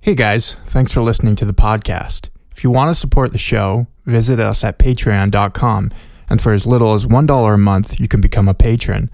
Hey guys, thanks for listening to the podcast. If you want to support the show, visit us at patreon.com. And for as little as $1 a month, you can become a patron.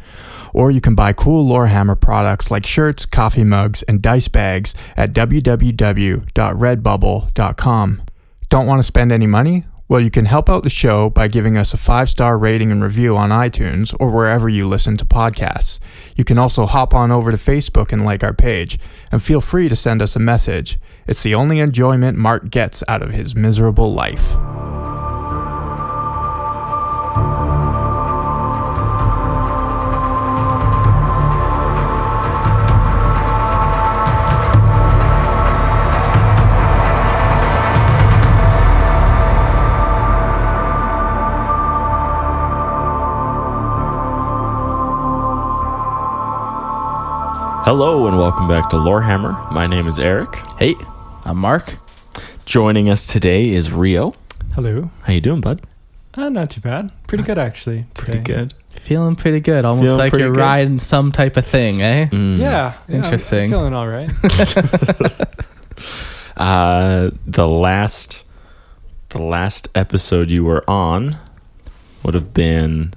Or you can buy cool Lorehammer products like shirts, coffee mugs, and dice bags at www.redbubble.com. Don't want to spend any money? Well, you can help out the show by giving us a five star rating and review on iTunes or wherever you listen to podcasts. You can also hop on over to Facebook and like our page, and feel free to send us a message. It's the only enjoyment Mark gets out of his miserable life. Hello and welcome back to Lorehammer. My name is Eric. Hey, Uh, I'm Mark. Joining us today is Rio. Hello. How you doing, bud? Uh, not too bad. Pretty good, actually. Pretty today. good. Feeling pretty good. Almost Feeling like pretty you're good. Mm. riding some type of thing, eh? Yeah. yeah, I'm- Interesting. I'm feeling all right. Uh, the last, the last episode you were on would have been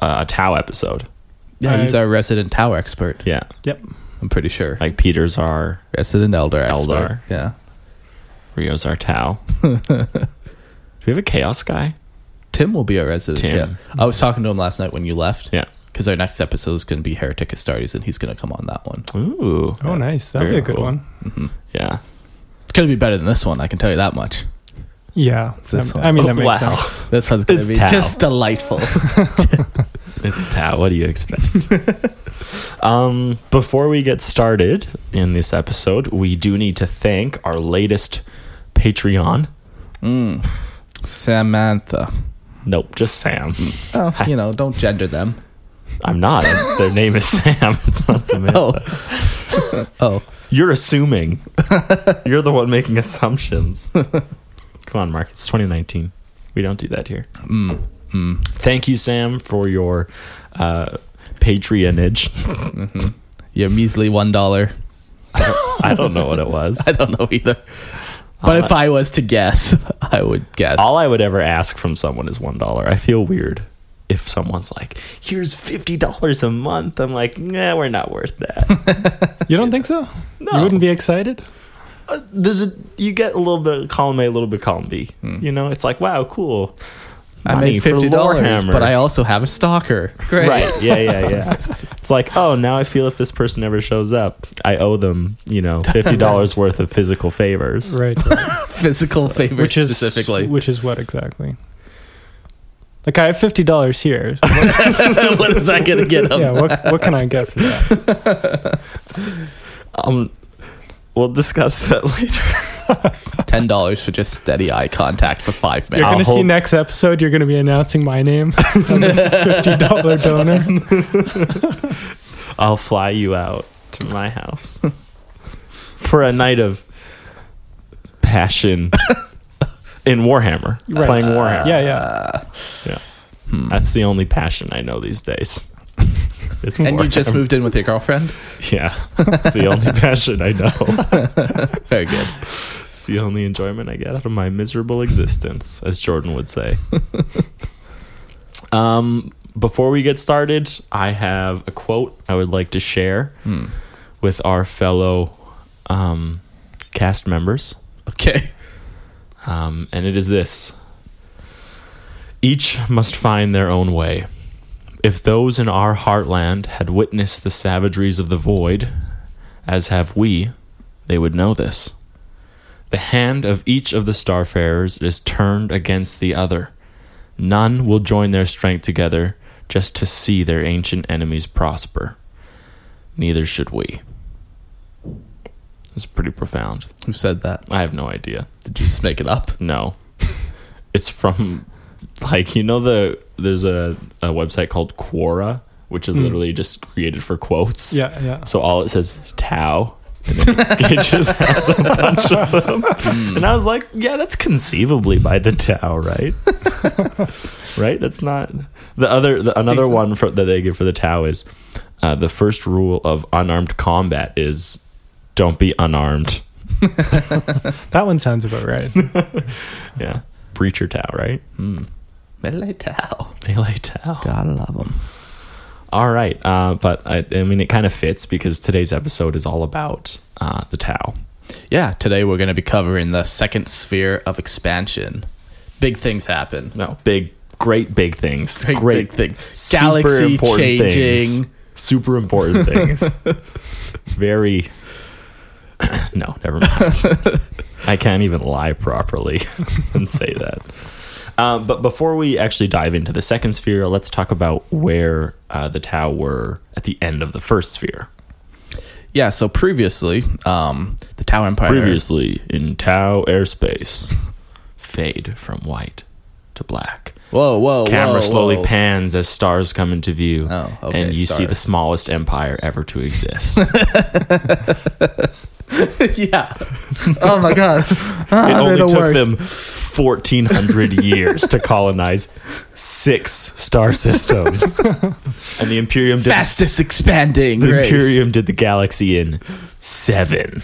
uh, a Tau episode. Yeah, he's I- our resident Tau expert. Yeah, yep. I'm pretty sure. like Peter's our resident Elder expert. Eldar. Yeah. Rio's our Tau. Do we have a Chaos guy? Tim will be our resident. Tim. Yeah. I was talking to him last night when you left. Yeah. Because our next episode is going to be Heretic Astartes, and he's going to come on that one. Ooh. Oh, nice. That'll be Very a good cool. one. Yeah. It's going to be better than this one. I can tell you that much. Yeah. this Um, one. I mean, that makes wow. sense. This one's going to It's be Tau. just delightful. It's Tao. What do you expect? um, before we get started in this episode, we do need to thank our latest Patreon. Samantha. Nope, just Sam. Oh, you know, don't gender them. I'm not. Their name is Sam. It's not Samantha. Oh. oh. You're assuming. You're the one making assumptions. Come on, Mark. It's 2019. We don't do that here. Mm, Thank you, Sam, for your uh, patronage. Your measly $1. I don't know what it was. I don't know either. But if I was to guess, I would guess. All I would ever ask from someone is one dollar. I feel weird if someone's like, "Here's fifty dollars a month." I'm like, "Nah, we're not worth that." You don't think so? No. Uh, You wouldn't be excited? There's a, you get a little bit of column A, a little bit of column B. You know, it's like, wow, cool. Hmm. I Money made for fifty dollars, Lorehammer. but I also have a stalker. Great. right, yeah, yeah, yeah. it's like, oh, now I feel if this person ever shows up, I owe them, you know, fifty dollars worth of physical favors. Right. Physical favors which is specifically. Which is what exactly? Like, I have $50 here. what is that gonna get him? yeah. What, what can I get for that? Um, we'll discuss that later. Ten dollars for just steady eye contact for five You're minutes. going to see hold- next episode, you're going to be announcing my name as a $50 donor. I'll fly you out to my house for a night of passion in Warhammer, Right. playing Uh, Warhammer. Yeah, yeah. That's the only passion I know these days. It's and you Warhammer. just moved in with your girlfriend. yeah, it's the only passion I know. Very good. It's the only enjoyment I get out of my miserable existence, as Jordan would say. um, before we get started, I have a quote I would like to share with our fellow um, cast members. Okay. Um, and it is this Each must find their own way. If those in our heartland had witnessed the savageries of the void, as have we, they would know this. The hand of each of the starfarers is turned against the other. None will join their strength together just to see their ancient enemies prosper. Neither should we. It's pretty profound. Who said that? I have no idea. Did you just make it up? No. it's from like you know the there's a, a website called Quora, which is literally just created for quotes. Yeah, yeah. So all it says is Tao. And then it it just has a bunch of them. And I was like, yeah, that's conceivably by the Tao, right? right? That's not the other the, another Season. one for, that they give for the Tao is uh, the first rule of unarmed combat is don't be unarmed. That one sounds about right. Yeah. Breacher Tao, right? Melee Tao. Melee Tao. Gotta love them. All right, uh, but I, I mean, it kind of fits because today's episode is all about uh, the Tao. Yeah, today we're going to be covering the second sphere of expansion. Big things happen. No, big, great, big things. Big, great big things. super Galaxy important changing. things. super important things. Very. no, never mind. I can't even lie properly and say that. Um, but before we actually dive into the second sphere, let's talk about where uh, the Tao were at the end of the first sphere. Yeah, so previously, um, the Tao Empire. Previously in Tau airspace, fade from white to black. Whoa, Oh, whoa, Camera whoa, slowly whoa. pans as stars come into view, Oh, okay, and you see stars. the smallest empire ever to exist. yeah. Oh my god. it only Ah, the took worst. them 1400 years to colonize six star systems and the imperium did Fastest expanding. the race. imperium did the galaxy in seven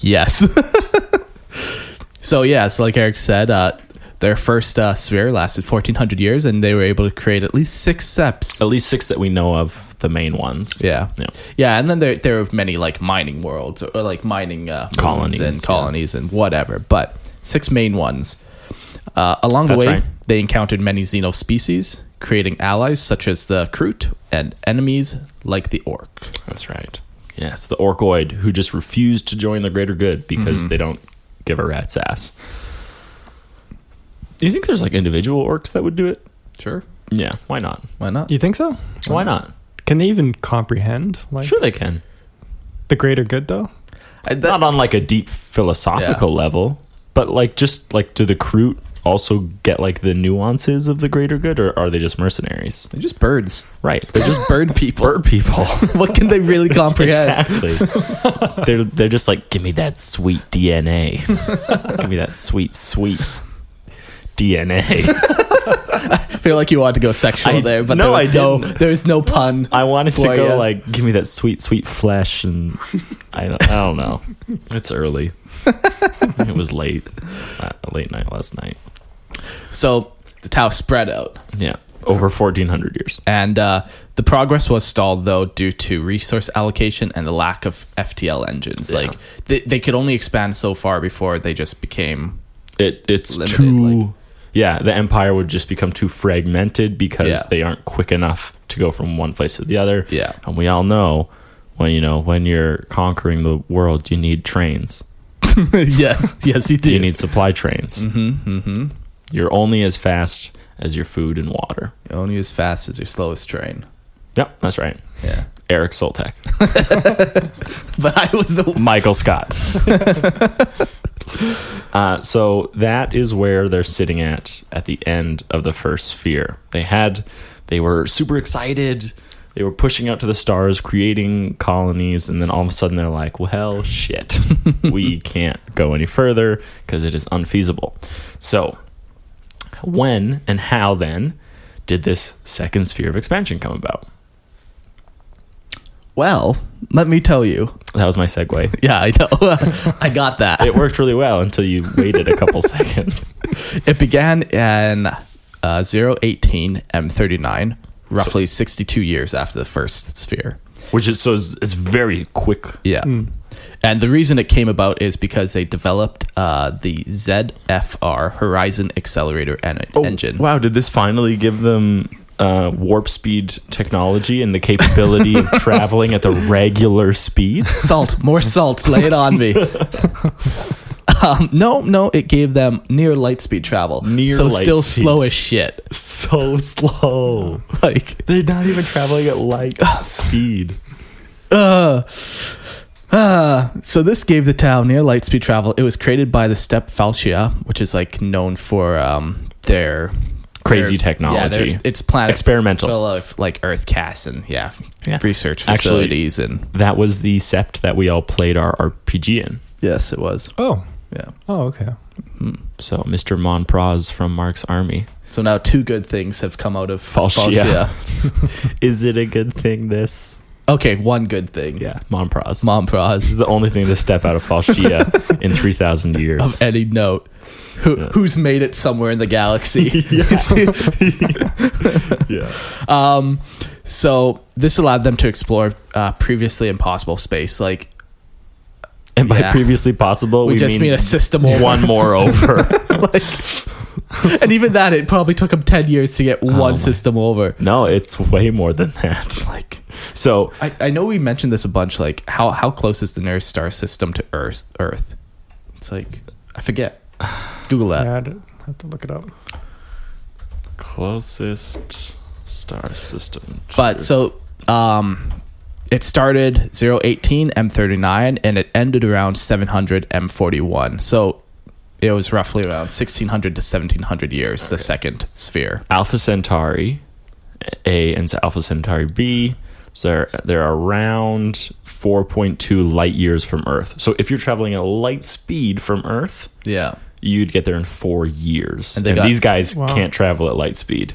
Yes. so yes, like Eric said, uh, their first uh, sphere lasted 1,400 years, and they were able to create at least six E septs. at least six that we know of the main ones Yeah. Yeah. Yeah, and then there there are many like mining worlds or like mining uh, moons Colonies, yeah. and colonies and whatever, but six main ones. Uh, along That's the way, right. they encountered many xeno species, creating allies such as the Kroot and enemies like the Orc. That's right. Yes, the Orcoid who just refused to join the greater good because they don't give a rat's ass. Do you think there's like individual orcs that would do it? Sure, Yeah, why not? why not? You think so? Why not? Can they even comprehend like Sure, they can. the greater good though? I, that- not on like a deep philosophical level, but like just like do the Kroot also get like the nuances of the greater good, or are they just mercenaries? they're just birds. Right, they're just Just bird people. bird people. what can they really comprehend? Exactly. they're they're just like, give me that sweet DNA. give me that sweet sweet DNA. I feel like you wanted to go sexual I- there, but no, there was I no didn't. there was no pun. I wanted to for go ya. like, give me that sweet sweet flesh, and I don't, I don't know. It's early. it was late, uh, late night last night. so the Tau spread out. Yeah, over fourteen hundred years. And uh, the progress was stalled though due to resource allocation and the lack of FTL engines. Like they, they could only expand so far before they just became It it's Limited, too. like- yeah, the empire would just become too fragmented because Yeah. they aren't quick enough to go from one place to the other. Yeah. and we all know when you know when you're conquering the world, you need trains. yes, yes, you You do. need supply trains. Mm-hmm, mm-hmm. You're only as fast as your food and water. only as fast as your slowest train. Yep, that's right. Yeah, Eric Soltek, but I was the Michael Scott. uh, so that is where they're sitting at at the end of the first sphere. They had, they were super excited. They were pushing out to the stars, creating colonies, and then all of a sudden they're like, "Well, shit, we can't go any further because it is unfeasible." So, when and how then did this second sphere of expansion come about? well. Let me tell you. That was my segue. Yeah, I know. I got that. It worked really well until you waited a couple seconds. It began in uh, 018 M39, roughly 62 years after the first sphere. which is so it's, it's very quick. Yeah. Hmm. And the reason it came about is because they developed uh, the ZFR Horizon Accelerator en- engine. Oh, Wow, did this finally give them uh, warp speed technology and the capability of traveling at the regular speed? Salt, more salt, lay it on me. um, no, no, it gave them near light speed travel. Near so light still speed. slow as shit. So slow. Like, They're not even traveling at light speed. uh, uh, so this gave the town near light speed travel. It was created by the Step Falcia, which is like known for um, their Crazy their- yeah, their- technology. it's planet Experimental. full of like Earth casts and yeah, Yeah. research Actually- facilities and that was the sept that we all played our RPG in. yes, it was Oh. yeah. Oh, okay. So Mr. Monpraz from Mark's Army. So now two good things have come out of Falcia. Falcia. Is it a good thing this? Okay, one good thing. Yeah, Monpraz. Mom Praz. this is the only thing to step out of Falshia in 3,000 years. of any note. Who, Who's made it somewhere in the galaxy? yeah. um, so this allowed them to explore uh, previously impossible space. Like And by Yeah. previously possible, we, we, just mean, a system over. one more over. and even that, it probably took them ten years to get one my. system over. no, it's way more than that. Like So I, I know we mentioned this a bunch. Like how how close is the nearest star system to Earth? Earth. It's like I forget. Google that. Yeah, I'd have to look it up. closest star system. to- But so um it started 018 M39 and it ended around 700 M41. So it was roughly around 1600 to 1700 years the second sphere. Alpha Centauri A and Alpha Centauri B. So they're, they're around 4.2 light years from Earth. So if you're traveling at light speed from Earth, Yeah. you'd get there in four years. And And, they got- these guys Wow. can't travel at light speed.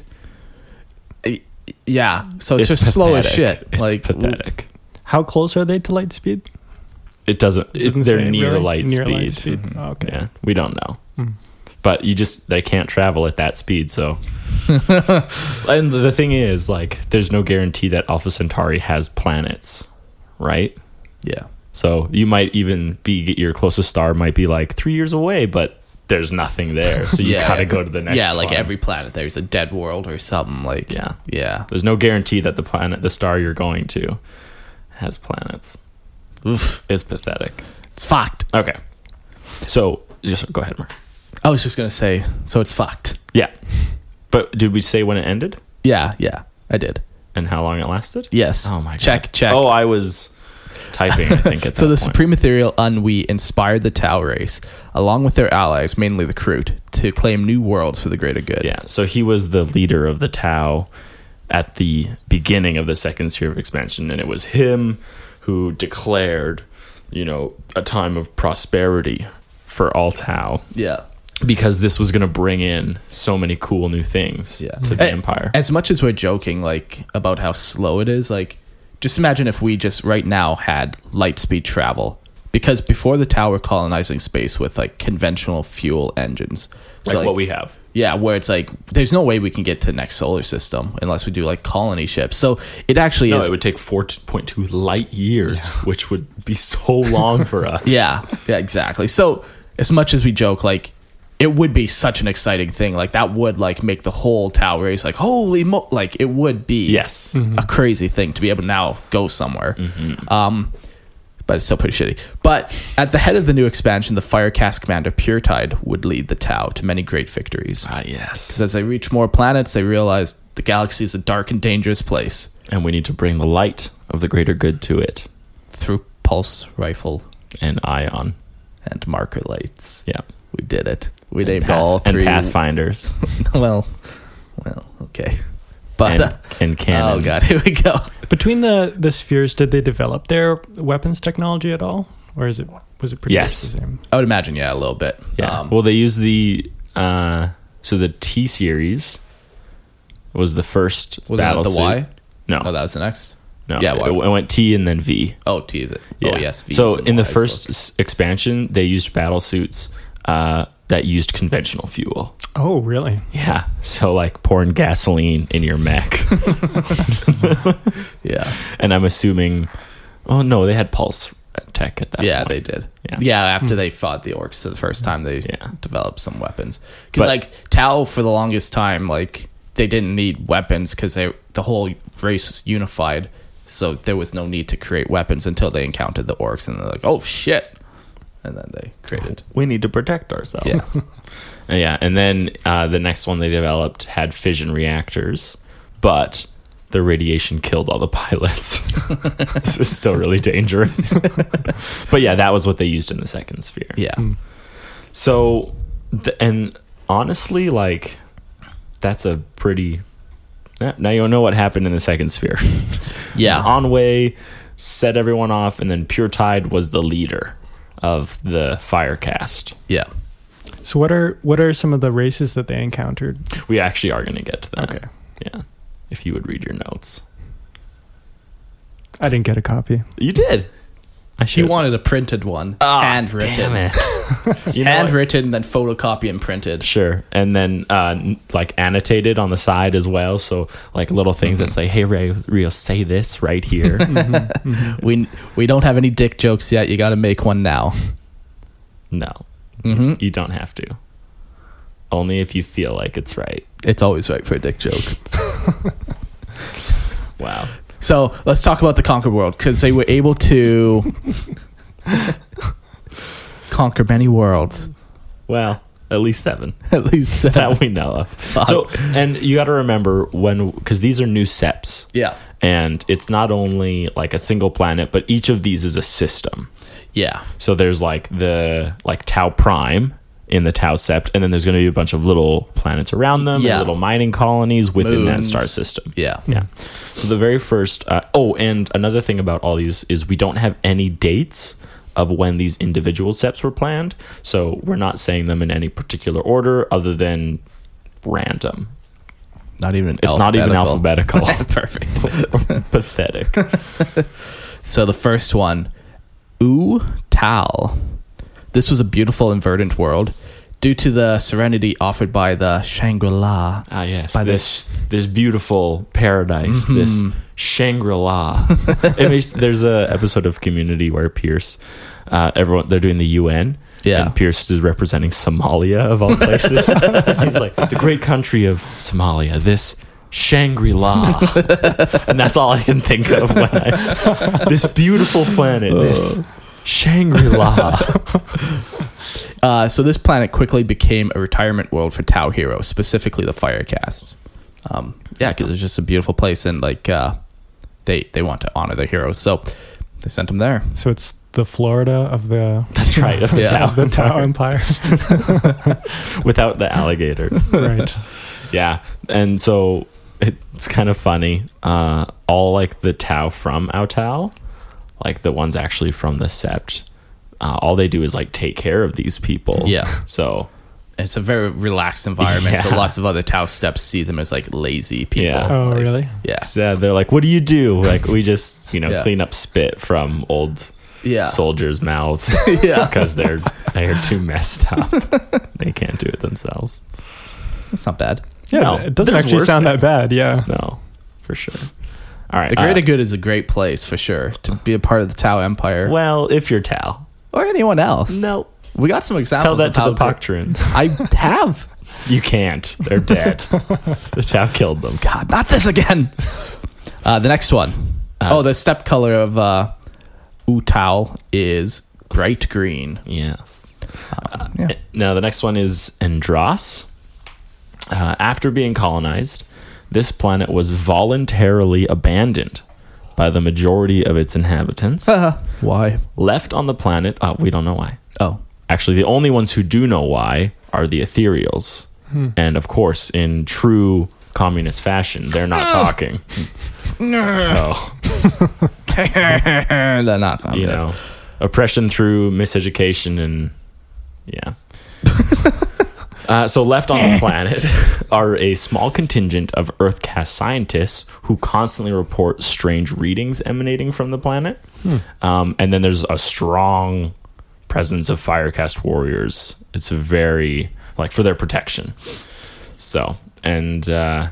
Yeah. So it's, just slow as pathetic. shit. It's like pathetic. How close are they to light speed? It doesn't. It Doesn't they're say, near really? light speed. Near Mm-hmm. light speed. Oh, okay. Yeah, we don't know. Hmm. But you just they can't travel at that speed. So, and the thing is, like, there's no guarantee that Alpha Centauri has planets, right? yeah. So you might even be your closest star might be like three years away, but there's nothing there. So you yeah. gotta go to the next. Yeah, like one. every planet there's a dead world or something like Yeah. Yeah. There's no guarantee that the planet, the star you're going to, has planets. Oof. It's pathetic. It's fucked. Okay. So just go ahead, Mark. I was just going to say so it's fucked. Yeah. But did we say when it ended Yeah, yeah. I did. and how long it lasted? Yes. Oh my god. Check check. Oh, I was typing. I think at So that the point. Supreme Ethereal Unwi inspired the Tau race, along with their allies, mainly the Kroot, to claim new worlds for the greater good. Yeah. So he was the leader of the Tau at the beginning of the second sphere of expansion, and it was him who declared, you know, a time of prosperity for all Tau Yeah. because this was going to bring in so many cool new things Yeah. to the A- empire. As much as we're joking, like, about how slow it is, like, just imagine if we just right now had light speed travel. Because before the Tau were colonizing space with, like, conventional fuel engines. So, like, what we have. Yeah, where it's like, there's no way we can get to the next solar system unless we do, like, colony ships. So it actually No, is. it would take 4.2 light years, which would be so long for us. Yeah, yeah, exactly. So as much as we joke, like it would be such an exciting thing. Like that would like make the whole tower race like holy mo! Like it would be Yes. a crazy thing to be able to now go somewhere. Mm-hmm. Um, but it's still pretty shitty. But at the head of the new expansion, the Firecast commander Pure Tide would lead the Tau to many great victories. Ah, yes. 'Cause as they reach more planets, they realize the galaxy is a dark and dangerous place And we need to bring the light of the greater good to it. through pulse rifle And Ion. and marker lights. Yeah. We did it. We and named Path- all three And Pathfinders. well, well, okay. But and, uh, and oh cannons. god, here we go. Between the the spheres, did they develop their weapons technology at all, or is it was it pretty Yes. much the same? I would imagine, yeah, a little bit. Yeah. Um, well, they use the uh, so the T series was the first was that battle the suit. Y? No, Oh, that was the next. no. yeah, it, Y. it went T and then V. Oh, T. The, Oh, yes. V's so and in the Ys, first okay. s expansion, they used battle suits uh, that used conventional fuel. Oh, really? Yeah. So like pouring gasoline in your mech. Yeah. and I'm assuming oh no, they had pulse tech at that Yeah, point. they did. Yeah. Hmm. Yeah, after they fought the orcs for the first time, they Yeah. developed some weapons. But- Because like Tau, for the longest time, like they didn't need weapons because they the whole race was unified, so there was no need to create weapons until they encountered the orcs, and they're like, oh shit, and then they created. we need to protect ourselves. Yeah. yeah. And then uh, the next one they developed had fission reactors, but the radiation killed all the pilots. this is still really dangerous. but yeah, that was what they used in the second sphere. Yeah, So, th- and honestly, like, that's a pretty. Yeah, Now you know what happened in the second sphere. yeah. Onway set everyone off, and then Pure Tide was the leader of the fire cast. Yeah. So what are what are some of the races that they encountered? We actually are going to get to that. Okay. Yeah. If you would read your notes, I didn't get a copy. you did. I He should. wanted a printed one, Ah, handwritten, Damn it. you know what? handwritten, then photocopy and printed. Sure. And then uh, n- like annotated on the side as well. So like little things that say, hey, Ray, Rio, say this right here. We we don't have any dick jokes yet. You got to make one now. no, hmm you don't have to. Only if you feel like it's right. It's always right for a dick joke. Wow. So let's talk about the conquer world because they were able to conquer many worlds, Well, at least seven at least. seven. that we know of. So, and you got to remember when, because these are new SEPs. yeah, And it's not only like a single planet, but each of these is a system. yeah, So there's like the like Tau Prime in the Tau Sept, and then there's going to be a bunch of little planets around them, and Yeah. little mining colonies within that Moons. star system. yeah, Yeah. So the very first. Uh, oh, and another thing about all these is we don't have any dates of when these individual steps were planned. So we're not saying them in any particular order other than random. Not even. It's not even alphabetical. Perfect. Pathetic. So the first one, U Tal. This was a beautiful and verdant world. Due to the serenity offered by the Shangri La, Ah, yes. By this Mm-hmm. this beautiful paradise, this Shangri La. It makes- there's a episode of Community where Pierce, uh, everyone they're doing the UN. Yeah. And Pierce is representing Somalia of all places. He's like the great country of Somalia. This. Shangri La, and that's all I can think of when I this beautiful planet, this Shangri La. Uh, so this planet quickly became a retirement world for Tau heroes, specifically the Firecast. Um, yeah, because it's just a beautiful place, and like uh, they they want to honor their heroes, so they sent them there. So it's the Florida of the That's right, of the Yeah. of town the Tau Empire. without the alligators. right. Yeah, and so it's kind of funny. Uh, all like the Tau from Outau, like the ones actually from the Sept, uh, all they do is like take care of these people. Yeah. So It's a very relaxed environment, so Yeah. lots of other Tau steps see them as like lazy people. Yeah. Oh, Like, really? Yeah, so they're like, "What do you do?" Like we just you know Yeah. clean up spit from old yeah, soldiers' mouths yeah. because they're they're too messed up. they can't do it themselves. That's not bad. Yeah, No, it doesn't there's actually worse sound things. that bad. Yeah. No, for sure. All right. The greater uh, good is a great place for sure to be a part of the Tau Empire uh, well, if you're Tau, or anyone else. no, we got some examples. tell that of to how the gr- Paktrun. I have. You can't. They're dead. the Tau killed them. God, not this again. Uh, the next one. oh, the step color of uh, Utao is bright green. Yes. Uh, yeah. Now, the next one is Andros. Uh, after being colonized, this planet was voluntarily abandoned by the majority of its inhabitants. Uh-huh. Why? Left on the planet, uh, we don't know why. Oh, Actually, the only ones who do know why are the ethereals. And of course, in true communist fashion, they're not talking. so. they're not. you know, oppression through miseducation and yeah. uh, so left on the planet are a small contingent of Earthcast scientists who constantly report strange readings emanating from the planet, um, and then there's a strong presence of Firecast warriors. It's a very like for their protection. So and uh,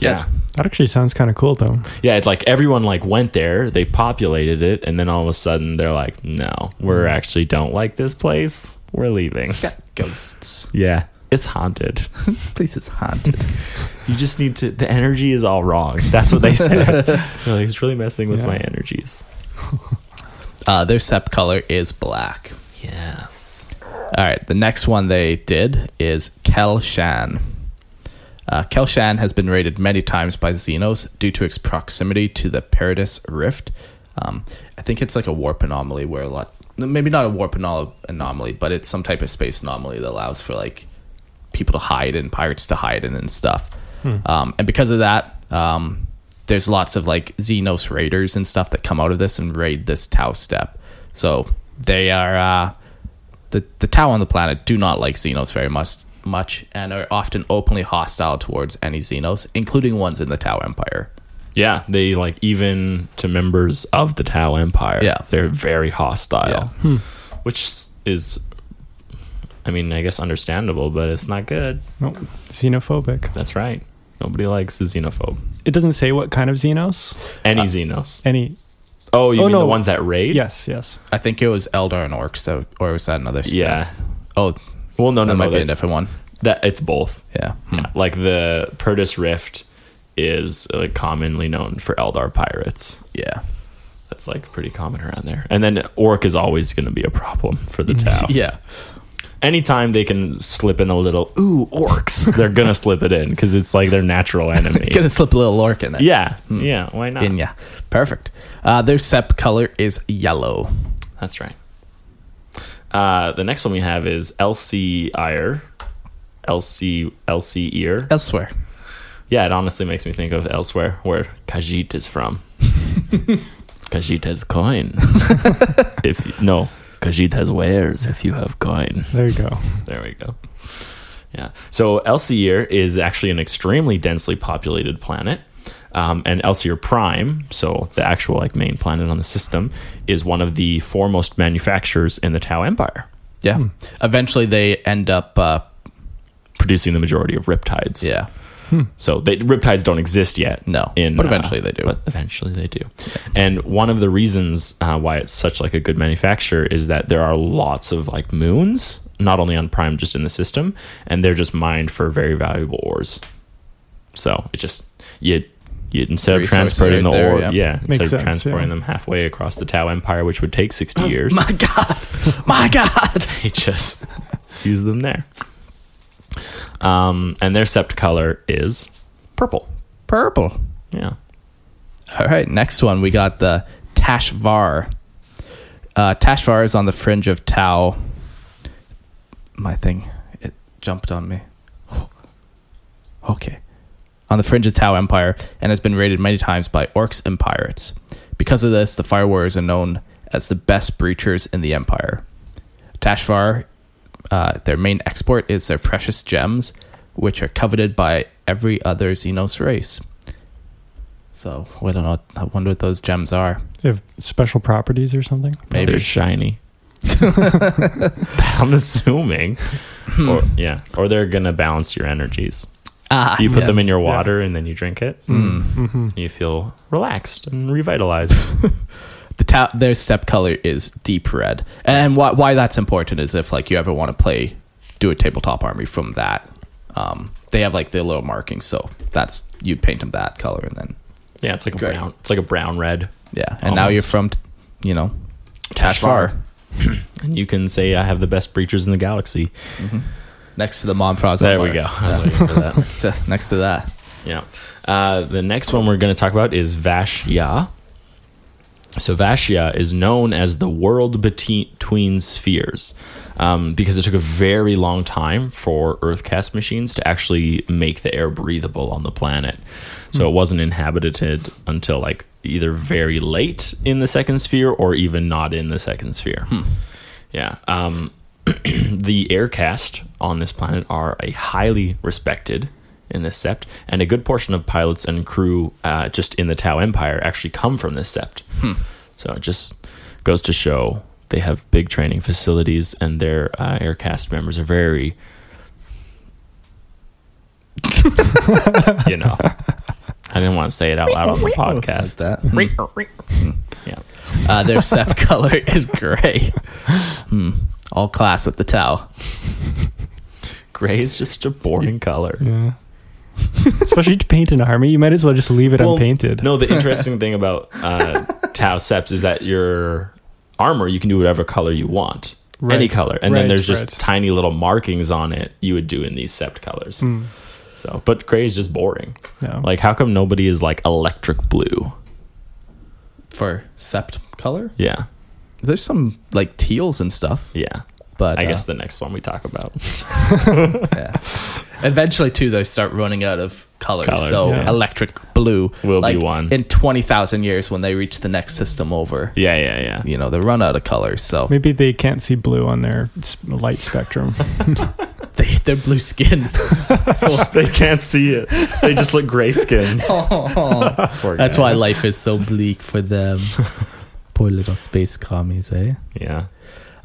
yeah, That actually sounds kind of cool, though. yeah, it's like everyone like went there, they populated it, and then all of a sudden they're like, no, Mm. we're actually don't like this place. We're leaving. Got ghosts. Yeah, it's haunted. Place is haunted. You just need to. The energy is all wrong. That's what they said. They're like, it's really messing with my energies. Uh, their sep color is black. Yes. All right, the next one they did is Kel Shan. Uh, Kel Shan has been raided many times by Xenos due to its proximity to the Paradis Rift. Um, I think it's like a warp anomaly where a lot, maybe not a warp anol- anomaly, but it's some type of space anomaly that allows for like people to hide and pirates to hide in and stuff. Um, and because of that, um, there's lots of like Xenos raiders and stuff that come out of this and raid this Tau step. So they are uh, the the Tau on the planet do not like Xenos very much much and are often openly hostile towards any Xenos, including ones in the Tau Empire. Yeah, they like even to members of the Tau Empire. Yeah. they're very hostile, Yeah. which is, I mean, I guess understandable, but it's not good. Nope. Xenophobic. That's right. Nobody likes a xenophobe. It doesn't say what kind of xenos. Any Uh, xenos. Any. Oh, you oh, mean the no. ones that raid? Yes, yes. I think it was Eldar and Orcs, so, or was that another? step? Yeah. Oh, Well, no, that no, no. might be a that's- different one. That it's both. Yeah. Hmm. Yeah, like the Purtis Rift is uh, commonly known for Eldar pirates. Yeah. That's like pretty common around there. And then Orc is always going to be a problem for the Tau. Yeah. Anytime they can slip in a little ooh orcs, they're going to slip it in because it's like their natural enemy. Gonna slip a little Orc in there. yeah, yeah. Why not? In yeah. Perfect. Uh, their sep color is yellow. That's right. Uh, the next one we have is LC Ire, LC LC Ear. Elsewhere. yeah, it honestly makes me think of elsewhere where Khajiit is from. Khajiit has coin. if no, Khajiit has wares. If you have coin, There you go. there we go. Yeah. So Elsier is actually an extremely densely populated planet. Um, and Elsier Prime, so the actual like main planet on the system, is one of the foremost manufacturers in the Tau Empire, Yeah. Eventually they end up. Uh, producing the majority of riptides. yeah. So they, riptides don't exist yet. uh, No, but eventually they do. But eventually they do. And one of the reasons uh, why it's such like a good manufacturer is that there are lots of like moons, not only on Prime, just in the system, and they're just mined for very valuable ores. So it just you. You, instead of Resource transporting right the there, ore, yeah. yeah, Makes instead sense, of transporting yeah. them halfway across the Tau Empire, which would take sixty years, My God. My God. they just use them there. Um, and their sept color is purple. Purple. Yeah. All right, next one we got the Tashvar. Uh, Tashvar is on the fringe of Tau. My thing, it jumped on me. Okay, on the fringe of Tau Empire, and has been raided many times by orcs and pirates. Because of this, the Fire Warriors are known as the best breachers in the Empire. Tashvar, uh, their main export is their precious gems, which are coveted by every other Xenos race. So we don't know. I wonder what those gems are. They have special properties or something. Maybe They're shiny. I'm assuming. Or yeah. Or they're gonna balance your energies. ah, You put them yes. in your water and then you drink it. And you feel relaxed and revitalized. The ta- their step color is deep red, and why why that's important is if like you ever want to play, do a tabletop army from that. Um, they have like their little markings, so that's you paint them that color, and then yeah, it's like a Great. brown it's like a brown red. yeah, and now Almost. you're from, you know, Tashvar. Tashvar, And you can say I have the best breachers in the galaxy. next to the Momfrost. There Empire. we go. I was waiting for that. So, next to that, Yeah. Uh, the next one we're going to talk about is Vashya. So Vashya is known as the world bete- between spheres um, because it took a very long time for Earthcast machines to actually make the air breathable on the planet. So it wasn't inhabited until like either very late in the second sphere or even not in the second sphere. Yeah. Um, the aircast on this planet are a highly respected in this sept, and a good portion of pilots and crew uh, just in the Tau Empire actually come from this sept. So it just goes to show They have big training facilities, and their uh, aircast members are very, you know. I didn't want to say it out loud on the podcast. that. Yeah. Uh, their sep color is gray. Hmm. All class with the towel. Gray is just a boring color. Yeah. Especially to paint an army, you might as well just leave it Well, unpainted. No, the interesting thing about uh, Tau Seps is that your armor, you can do whatever color you want, Right. any color, and Right, then there's just right. tiny little markings on it you would do in these Sept colors. Hmm. So, but gray is just boring. No. Like, how come nobody is like electric blue? For sept color? Yeah, There's some like teals and stuff, yeah. but I uh, guess the next one we talk about. eventually too they start running out of colors. Colours, so yeah. electric blue Will be like, one. in twenty thousand years when they reach the next system over. yeah, yeah, yeah. You know they run out of colors, so Maybe they can't see blue on their s- light spectrum. they they're blue skins. they can't see it. They just look gray skinned. That's why life is so bleak for them. Poor little space commies, eh? Yeah.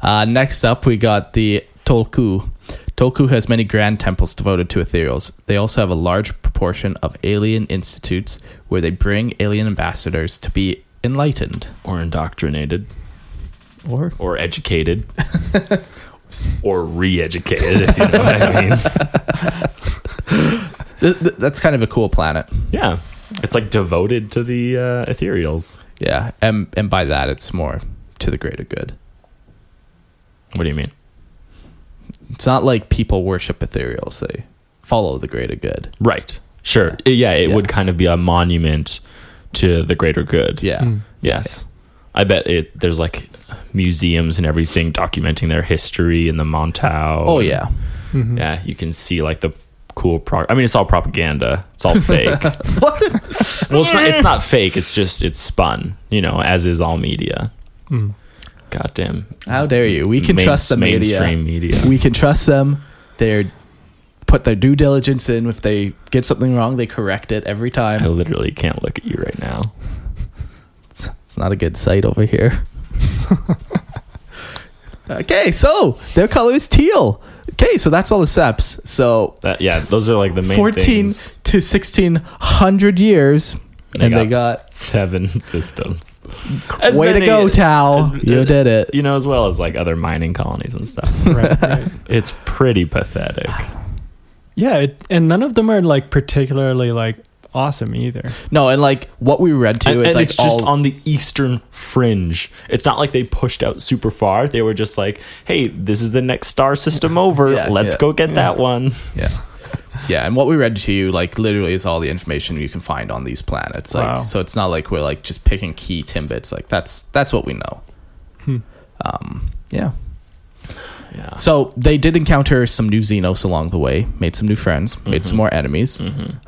Uh, next up, we got the Tolku. Tolku has many grand temples devoted to ethereals. They also have a large proportion of alien institutes where they bring alien ambassadors to be enlightened. Or indoctrinated. Or or educated or re-educated if you know what i mean th- th- that's kind of a cool planet. yeah it's like devoted to the uh, ethereals Yeah, and and by that, it's more to the greater good. what do you mean It's not like people worship ethereals; they follow the greater good. right sure I- yeah it Yeah. would kind of be a monument to the greater good Yeah. yes i bet it there's like museums and everything documenting their history in the montau Oh yeah. yeah you can see like the cool pro i mean it's all propaganda it's all fake What? the- Well, it's not. It's not fake. It's just it's spun. You know, as is all media. Hmm. Goddamn. How dare you? We can Main- trust the media. mainstream media. We can trust them. They're put their due diligence in. If they get something wrong, they correct it every I time. literally can't look at you right now. It's not a good sight over here. okay, so their color is teal. Okay, so that's all the seps. So That yeah, those are like the main 14 things. to 1600 years. They and they got- got Seven systems. way to go, Tao. You did it. You know, as well as like other mining colonies and stuff. right, right. it's pretty pathetic. Yeah, it, and none of them are like particularly like awesome either. No, and like what we read to and, is and like it's just all- on the eastern fringe. It's not like they pushed out super far. They were just like, "Hey, this is the next star system over. Yeah, Let's yeah, go get that one." Yeah. Yeah, and what we read to you, like literally, is all the information you can find on these planets. Like, Wow. so it's not like we're like just picking key timbits. Like that's that's what we know. Um, yeah. Yeah. So they did encounter some new Xenos along the way, made some new friends, made some more enemies.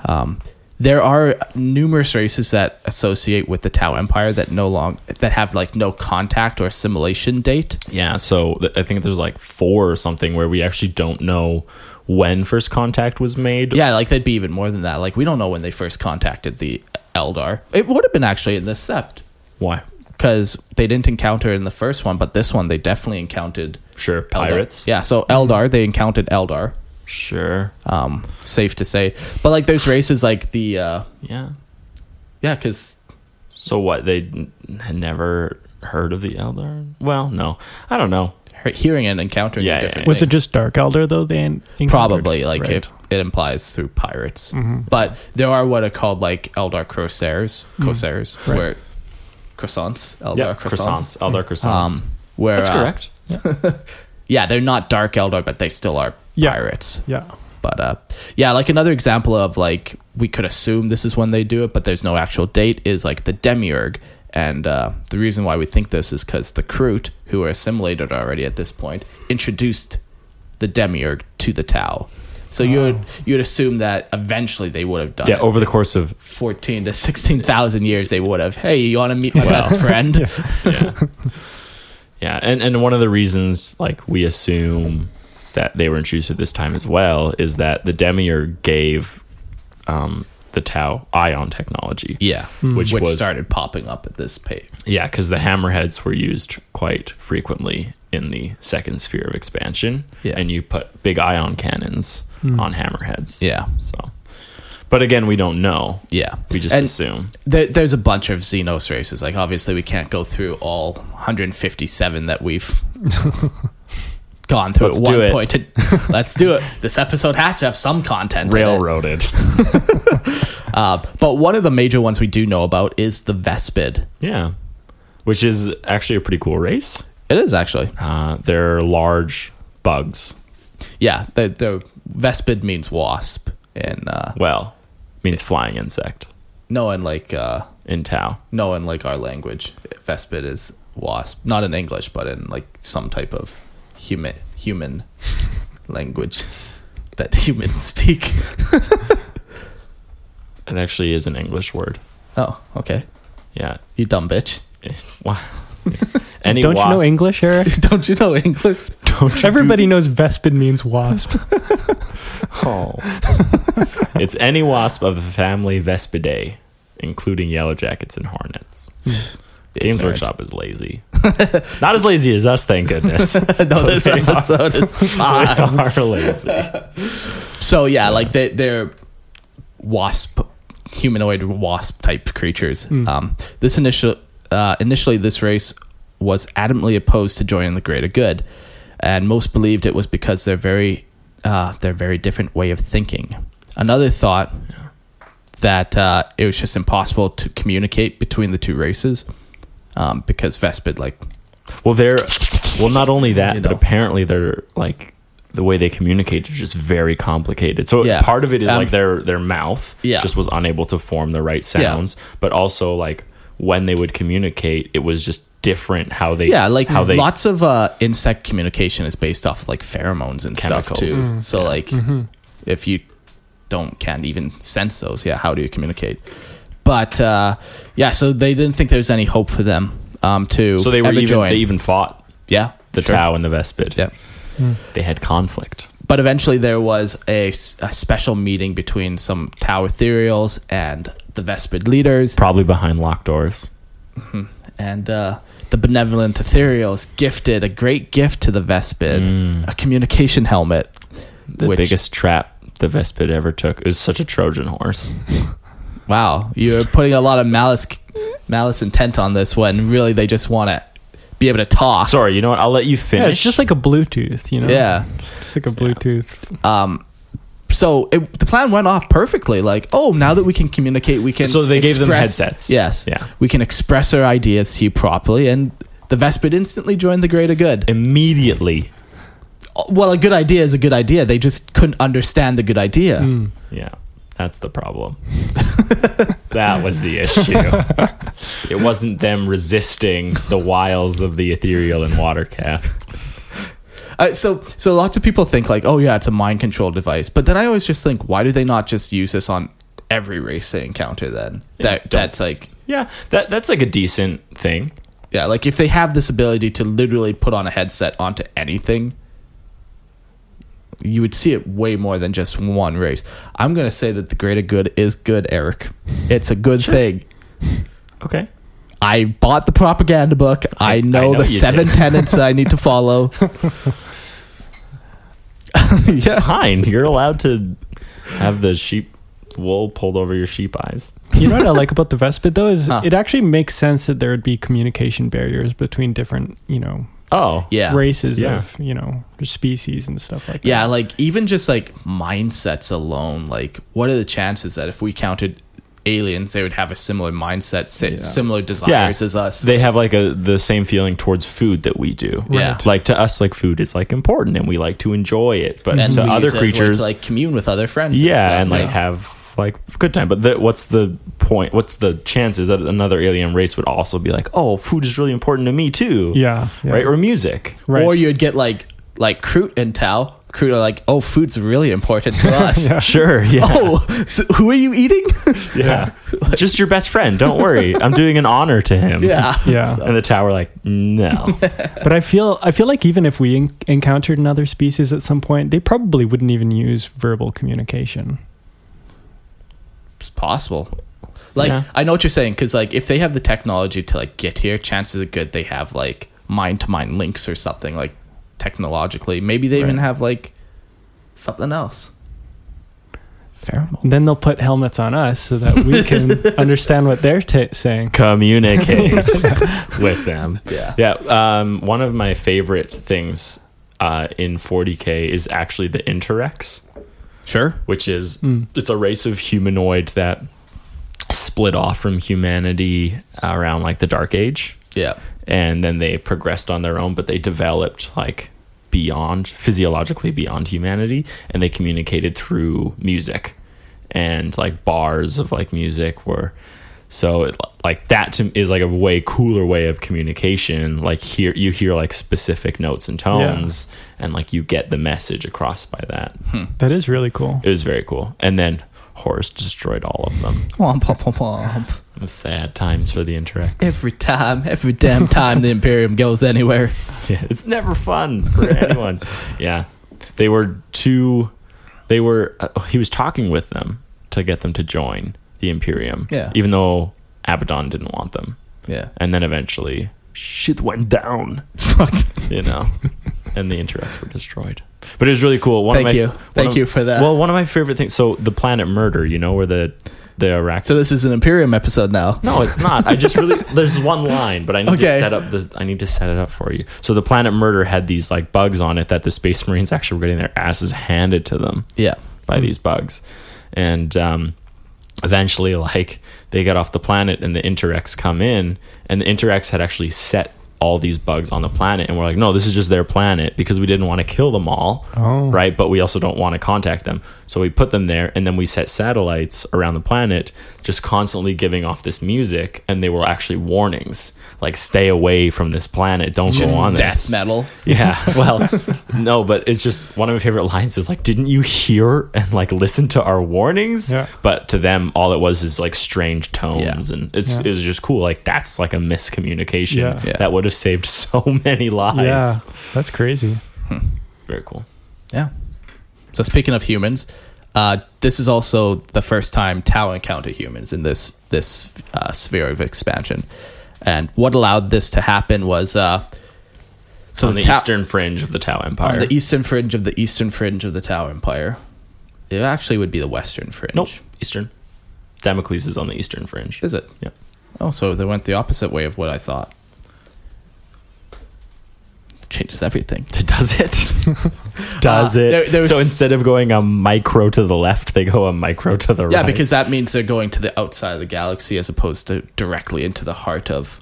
Um, there are numerous races that associate with the Tau Empire that no long that have like no contact or assimilation date. Yeah, so th- I think there's like four or something where we actually don't know when first contact was made. Yeah, like they'd be even more than that. Like we don't know when they first contacted the Eldar. It would have been actually in the Sept Why? because they didn't encounter it in the first one, but this one they definitely encountered Sure, Eldar. pirates. Yeah, so Eldar, they encountered Eldar. Sure. Um, safe to say, but like there's races like the uh, Yeah. yeah, because So what? They n- had never heard of the Eldar? Well, no. I don't know. hearing and encountering Yeah, are yeah, different. yeah. Was it things. just Dark Elder though? They en- encountered? probably like Right. Mm-hmm. it, it implies through pirates, but there are what are called like Eldar corsairs, Mm-hmm. corsairs, where croissants, Eldar Yeah, croissants. croissants, Eldar croissants. um, where That's uh, correct. yeah, they're not dark Eldar, but they still are Yeah. pirates. yeah, But uh, yeah, like another example of like we could assume this is when they do it, but there's no actual date is like the Demiurge, and uh, the reason why we think this is because the Kroot, who are assimilated already at this point, introduced the Demiurge to the Tau. So you'd you'd assume that eventually they would have done Yeah, oh. it. over the course of fourteen to sixteen thousand years they would have. Hey, you want to meet my best friend? Yeah, and and one of the reasons like we assume that they were introduced at this time as well is that the demiurge gave um, the Tau ion technology. Yeah, Which which, was- started popping up at this page. Yeah, because the hammerheads were used quite frequently in the second sphere of expansion. Yeah. Hmm. And you put big ion cannons on hammerheads. Yeah. So, but again, we don't know. Yeah, We just And assume. There, there's a bunch of Xenos races. Like obviously, we can't go through all 157 that we've gone through Let's at one do it. point. Let's do it. This episode has to have some content. in it. Railroaded. Uh, but one of the major ones we do know about is the Vespid. yeah. Which is actually a pretty cool race. It is actually. Uh, they're large bugs. Yeah, the the Vespid means wasp, and uh, Well, means flying insect no, in like uh, in Tau. no, in like our language, Vespid is wasp. Not in English, but in like some type of human human language that humans speak. It actually is an English word. Oh, okay. Yeah. You dumb bitch. Wow. Any Don't you know wasp- English, Eric? Don't you know English? Everybody knows Vespin means wasp. it's any wasp of the family Vespidae, including yellow jackets and hornets. Games Ignorant. Workshop is lazy. Not as lazy as us, thank goodness. no, this They are- episode is we fine. are lazy. So yeah, like they, they're wasp, humanoid wasp type creatures. Um, this initial uh, initially this race was adamantly opposed to joining the greater good, and most believed it was because they're very uh, their very different way of thinking. Another thought that uh, it was just impossible to communicate between the two races um, because Vespid like Well, they're well. Not only that, You but know. apparently they're like the way they communicate is just very complicated. So Yeah. part of it is Um, like their their mouth Yeah. just was unable to form the right sounds, but also like when they would communicate, it was just different how they yeah like how they lots of uh, insect communication is based off like pheromones and stuff too Chemicals. Mm. so like if you don't can't even sense those yeah how do you communicate but uh, yeah so they didn't think there was any hope for them um, to so they were ever even join. they even fought yeah the sure. Tau and the Vespid. yeah They had conflict. but eventually there was a, s- a special meeting between some Tau ethereals and the Vespid leaders Probably behind locked doors. and uh, the benevolent ethereals gifted a great gift to the Vespid, a communication helmet. Mm. The which- biggest trap the Vespid ever took. It was such a Trojan horse. Wow, you're putting a lot of malice, malice intent on this when really they just want to be able to talk. Sorry, you know what? I'll let you finish. Yeah, it's just like a Bluetooth, you know? Yeah. Just like a Bluetooth. So it, the plan went off perfectly. Like, oh, now that we can communicate, we can. So they gave them headsets. Yes. Yeah. We can express our ideas to you properly, and the Vespid instantly joined the greater good. immediately. well, a good idea is a good idea. They just couldn't understand the good idea. Mm. Yeah, that's the problem. that was the issue. it wasn't them resisting the wiles of the ethereal and water cast. Uh, so, so lots of people think like, oh yeah, it's a mind control device. But then I always just think, why do they not just use this on every race they encounter? Then that don't- that's like, Yeah, that that's like a decent thing. yeah, like if they have this ability to literally put on a headset onto anything, you would see it way more than just one race. I'm gonna say that the greater good is good, Eric. It's a good thing. Okay. I bought the propaganda book. I, know, know the you seven did. tenets I need to follow. yeah. Fine, you're allowed to have the sheep wool pulled over your sheep eyes. You know what I like about the Vespid though is Huh. it actually makes sense that there would be communication barriers between different, you know, Oh. Yeah. races Yeah. of, you know, species and stuff like Yeah, that. like even just like mindsets alone, like what are the chances that if we counted aliens, they would have a similar mindset, si- similar Yeah. desires as us? They have like a the same feeling towards food that we do. Yeah. Right. Like to us like food is like important and we like to enjoy it. But and to we other use it as a way to, creatures like commune with other friends. yeah stuff, and like have like good time but the, what's the point what's the chances that another alien race would also be like oh food is really important to me too Yeah, yeah. right or music Right. or you'd get like like Kroot and Tao. Kroot are like, oh, food's really important to us. sure yeah Oh, so who are you eating? yeah, Oh, just your best friend don't worry i'm doing an honor to him yeah. Yeah. and the tower like no But I feel I feel like even if we en- encountered another species at some point, they probably wouldn't even use verbal communication. It's possible. Like Yeah. I know what you're saying because like if they have the technology to like get here, chances are good they have like mind to mind links or something like technologically. Maybe they even Right. have like something else. Pheromone. Then they'll put helmets on us so that we can understand what they're t- saying. communicate with them. Yeah. Yeah. Um, one of my favorite things uh, in 40K is actually the Interrex, Sure. which is it's a race of humanoid that split off from humanity around like the Dark Age. Yeah. And then they progressed on their own, but they developed like beyond physiologically beyond humanity and they communicated through music and like bars of like music were so it, like that to, is like a way cooler way of communication like here you hear like specific notes and tones and like you get the message across by that That is really cool. it was very cool and then horse destroyed all of them Womp, womp, womp, womp. It was sad times for the interacts Every time, every damn time the Imperium goes anywhere. Yeah, it's never fun for anyone. yeah, they were too. They were. Uh, he was talking with them to get them to join the Imperium. Yeah. even though Abaddon didn't want them, Yeah. and then eventually shit went down. Fuck. You know, and the interacts were destroyed. But it was really cool. One Thank of my, you. one Thank of- you for that. Well, one of my favorite things. So the planet Murder. You know where the the Iraq. So this is an Imperium episode now. No, it's not. I just really there's one line, but I need Okay. to set up the I need to set it up for you. So the planet murder had these like bugs on it that the space marines actually were getting their asses handed to them Yeah. by these bugs. And um, eventually like they get off the planet and the Interrex come in and the Interrex had actually set all these bugs on the planet and we're like, no, this is just their planet because we didn't want to kill them all, right? But we also don't want to contact them. So we put them there and then we set satellites around the planet just constantly giving off this music and they were actually warnings. Like stay away from this planet. Don't go on Death this. metal. Yeah, well, no, but it's just one of my favorite lines is like, didn't you hear and like listen to our warnings? Yeah. But to them, all it was is like strange tones, Yeah. and it's Yeah. it was just cool. Like that's like a miscommunication Yeah. Yeah. that would have saved so many lives. Yeah, that's crazy. Very cool. Yeah. So speaking of humans, uh, this is also the first time Tau encountered humans in this this uh, sphere of expansion, and what allowed this to happen was uh, so On the Tau- eastern fringe of the Tau Empire. on the eastern fringe of the eastern fringe of the Tau Empire. It actually would be the western fringe. nope, eastern. Damocles is on the eastern fringe. Is it? Yeah. Oh, so they went the opposite way of what I thought. changes everything. Does it? Does Uh, it? there- there's- so instead of going a micro to the left, they go a micro to the right. Yeah, because that means they're going to the outside of the galaxy as opposed to directly into the heart of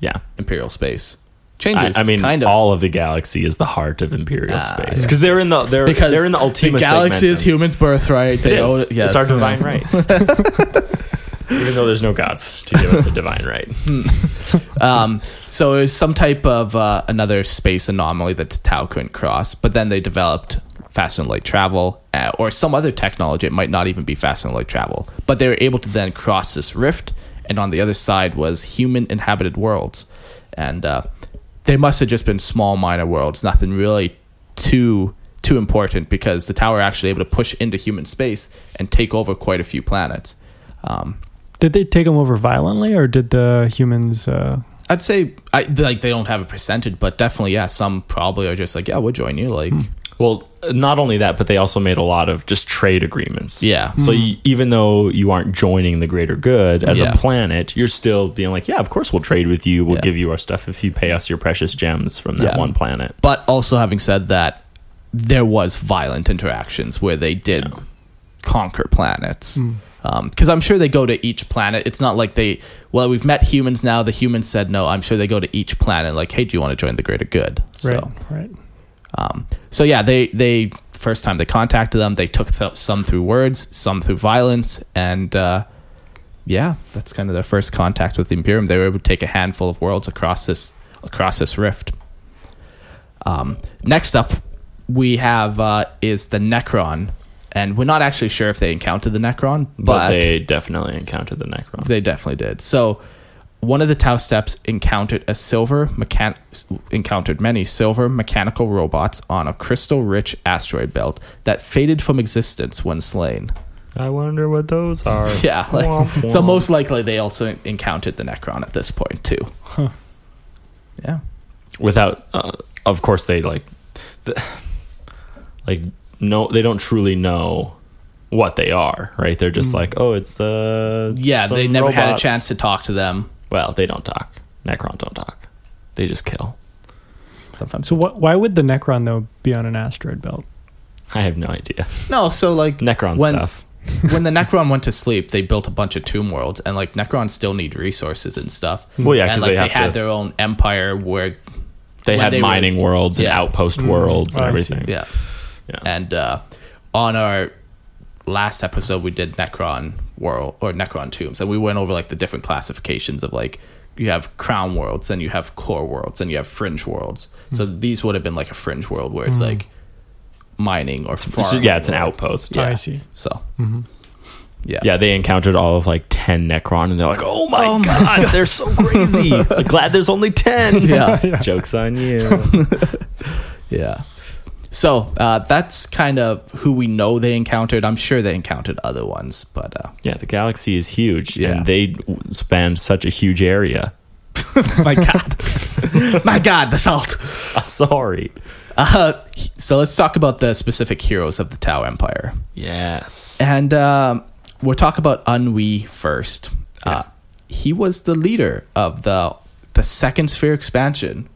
yeah, Imperial space. I, Changes. I mean, kind of. all of the galaxy is the heart of Imperial Ah, space because they're in the they're because they're in the Ultima the galaxy is segmentum. humans' birthright. They It own is. it. Yes. It's our divine right. Even though there's no gods to give us a divine right. Um, so it was some type of uh, another space anomaly that Tau couldn't cross. But then they developed fast and light travel uh, or some other technology. It might not even be fast and light travel. But they were able to then cross this rift. And on the other side was human inhabited worlds. And uh, they must have just been small minor worlds, nothing really too too important because the tower actually able to push into human space and take over quite a few planets. Um, Did they take them over violently, or did the humans? Uh, I'd say I like they don't have a percentage, but definitely yeah. Some probably are just like yeah, we'll join you. Like Well, not only that, but they also made a lot of just trade agreements. Yeah. So you, even though you aren't joining the greater good as Yeah. a planet, you're still being like, yeah, of course we'll trade with you. We'll Yeah. give you our stuff if you pay us your precious gems from that Yeah. one planet. but also having said that, there was violent interactions where they did conquer planets. Because I'm sure they go to each planet. It's not like they well, we've met humans now. The humans said no. I'm sure they go to each planet like, hey, do you want to join the greater good? So Right, right. Um, so yeah, they they first time they contacted them, they took th- some through words, some through violence, and uh, yeah, that's kind of their first contact with the Imperium. They were able to take a handful of worlds across this across this rift. Um, next up, we have uh, is the Necron, and we're not actually sure if they encountered the Necron, but, But, they definitely encountered the Necron. they definitely did. So one of the Tau steps encountered a silver mechan- encountered many silver mechanical robots on a crystal-rich asteroid belt that faded from existence when slain. I wonder what those are. Yeah. like- Womp womp. So most likely they also encountered the Necron at this point too. Yeah. without, uh, of course, they like, the, like no, they don't truly know what they are, right? They're just like, oh, it's uh, Hmm. Yeah, they some never had a robots. chance to talk to them. Well, they don't talk. Necron don't talk. They just kill. Sometimes. So what, why would the Necron though be on an asteroid belt? I have no idea. No, so like Necron when, stuff. when the Necron went to sleep, they built a bunch of tomb worlds, and like Necron still need resources and stuff. Well, yeah, and 'cause like they they, have had to- their own empire where They when had they were- mining worlds and Yeah. outpost worlds and Oh, I see. everything. yeah, Yeah. and uh, on our last episode we did Necron world or Necron tombs, and we went over like the different classifications of like you have crown worlds and you have core worlds and you have fringe worlds. Hmm. So these would have been like a fringe world where it's like mining or It's just- farm yeah, it's an world. outpost. I see. So Mm-hmm. Yeah, they encountered all of like 10 Necron and they're like, oh my, god, they're so crazy. Glad there's only 10. Yeah. Joke's on you. Yeah. So uh, that's kind of who we know they encountered. I'm sure they encountered other ones, but uh, yeah, the galaxy is huge Yeah. and they w- span such a huge area. my God, my God, the salt. I'm sorry. Uh, so let's talk about the specific heroes of the Tau Empire, Yes. and um, we'll talk about Unwi first. Uh, he was the leader of the the second sphere expansion.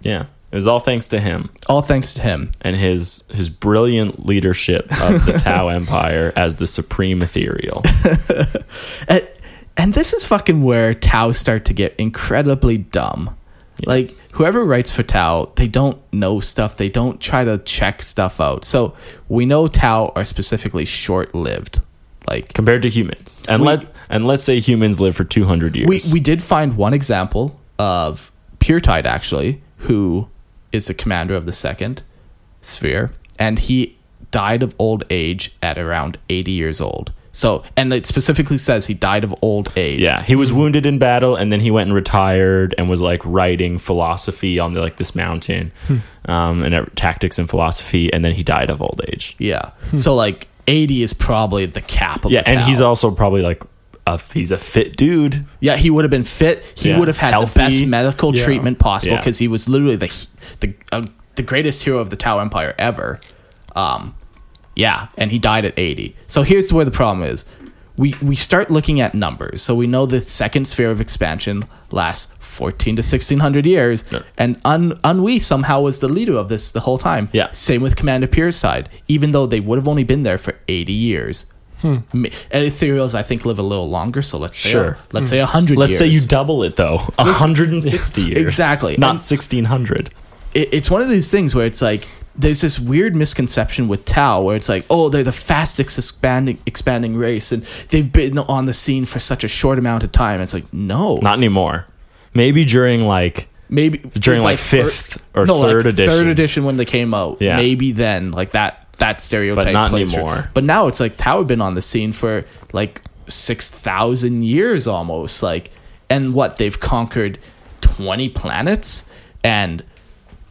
Yeah. It was all thanks to him All thanks to him. and his his brilliant leadership of the Tau Empire as the supreme ethereal. And, Uh, and this is fucking where Tau start to get incredibly dumb. Like whoever writes for Tau, they don't know stuff. They don't try to check stuff out. So we know Tau are specifically short-lived. Like compared to humans. And We- let and let's say humans live for 200 years. we we did find one example of Pure Tide actually, who is the commander of the second sphere, and he died of old age at around 80 years old. So, and it specifically says he died of old age. Yeah, he was wounded in battle, and then he went and retired and was like writing philosophy on the, like this mountain, Hmm. um, and uh, tactics and philosophy, and then he died of old age. Yeah. So like 80 is probably the cap of Hmm. Yeah, the and town. he's also probably like a he's a fit dude. yeah he would have been fit. He Yeah. would have had Healthy. the best medical Yeah. treatment possible Yeah. because he was literally the the uh, the greatest hero of the Tau Empire ever. Um, yeah, and he died at 80. So here's where the problem is. We we start looking at numbers. So we know the second sphere of expansion lasts 14 to 1600 years and Un Unwi somehow was the leader of this the whole time. Yeah. Same with Commander Pierce side, even though they would have only been there for 80 years. Hmm. And ethereals I think live a little longer, so let's say Sure. Mm. let's say 100 Let's years. say you double it though, 160 years Exactly. not And- 1600. it, it's one of these things where it's like there's this weird misconception with Tau where it's like, oh, they're the fastest expanding expanding race and they've been on the scene for such a short amount of time. It's like, no. Not anymore. Maybe during like maybe during, like, fir- fifth or like, third edition. Third edition when they came out. Yeah. Maybe then, like that that stereotype. But not plays through. anymore. But now it's like Tau have been on the scene for like six thousand years almost. Like and what, they've conquered twenty planets? And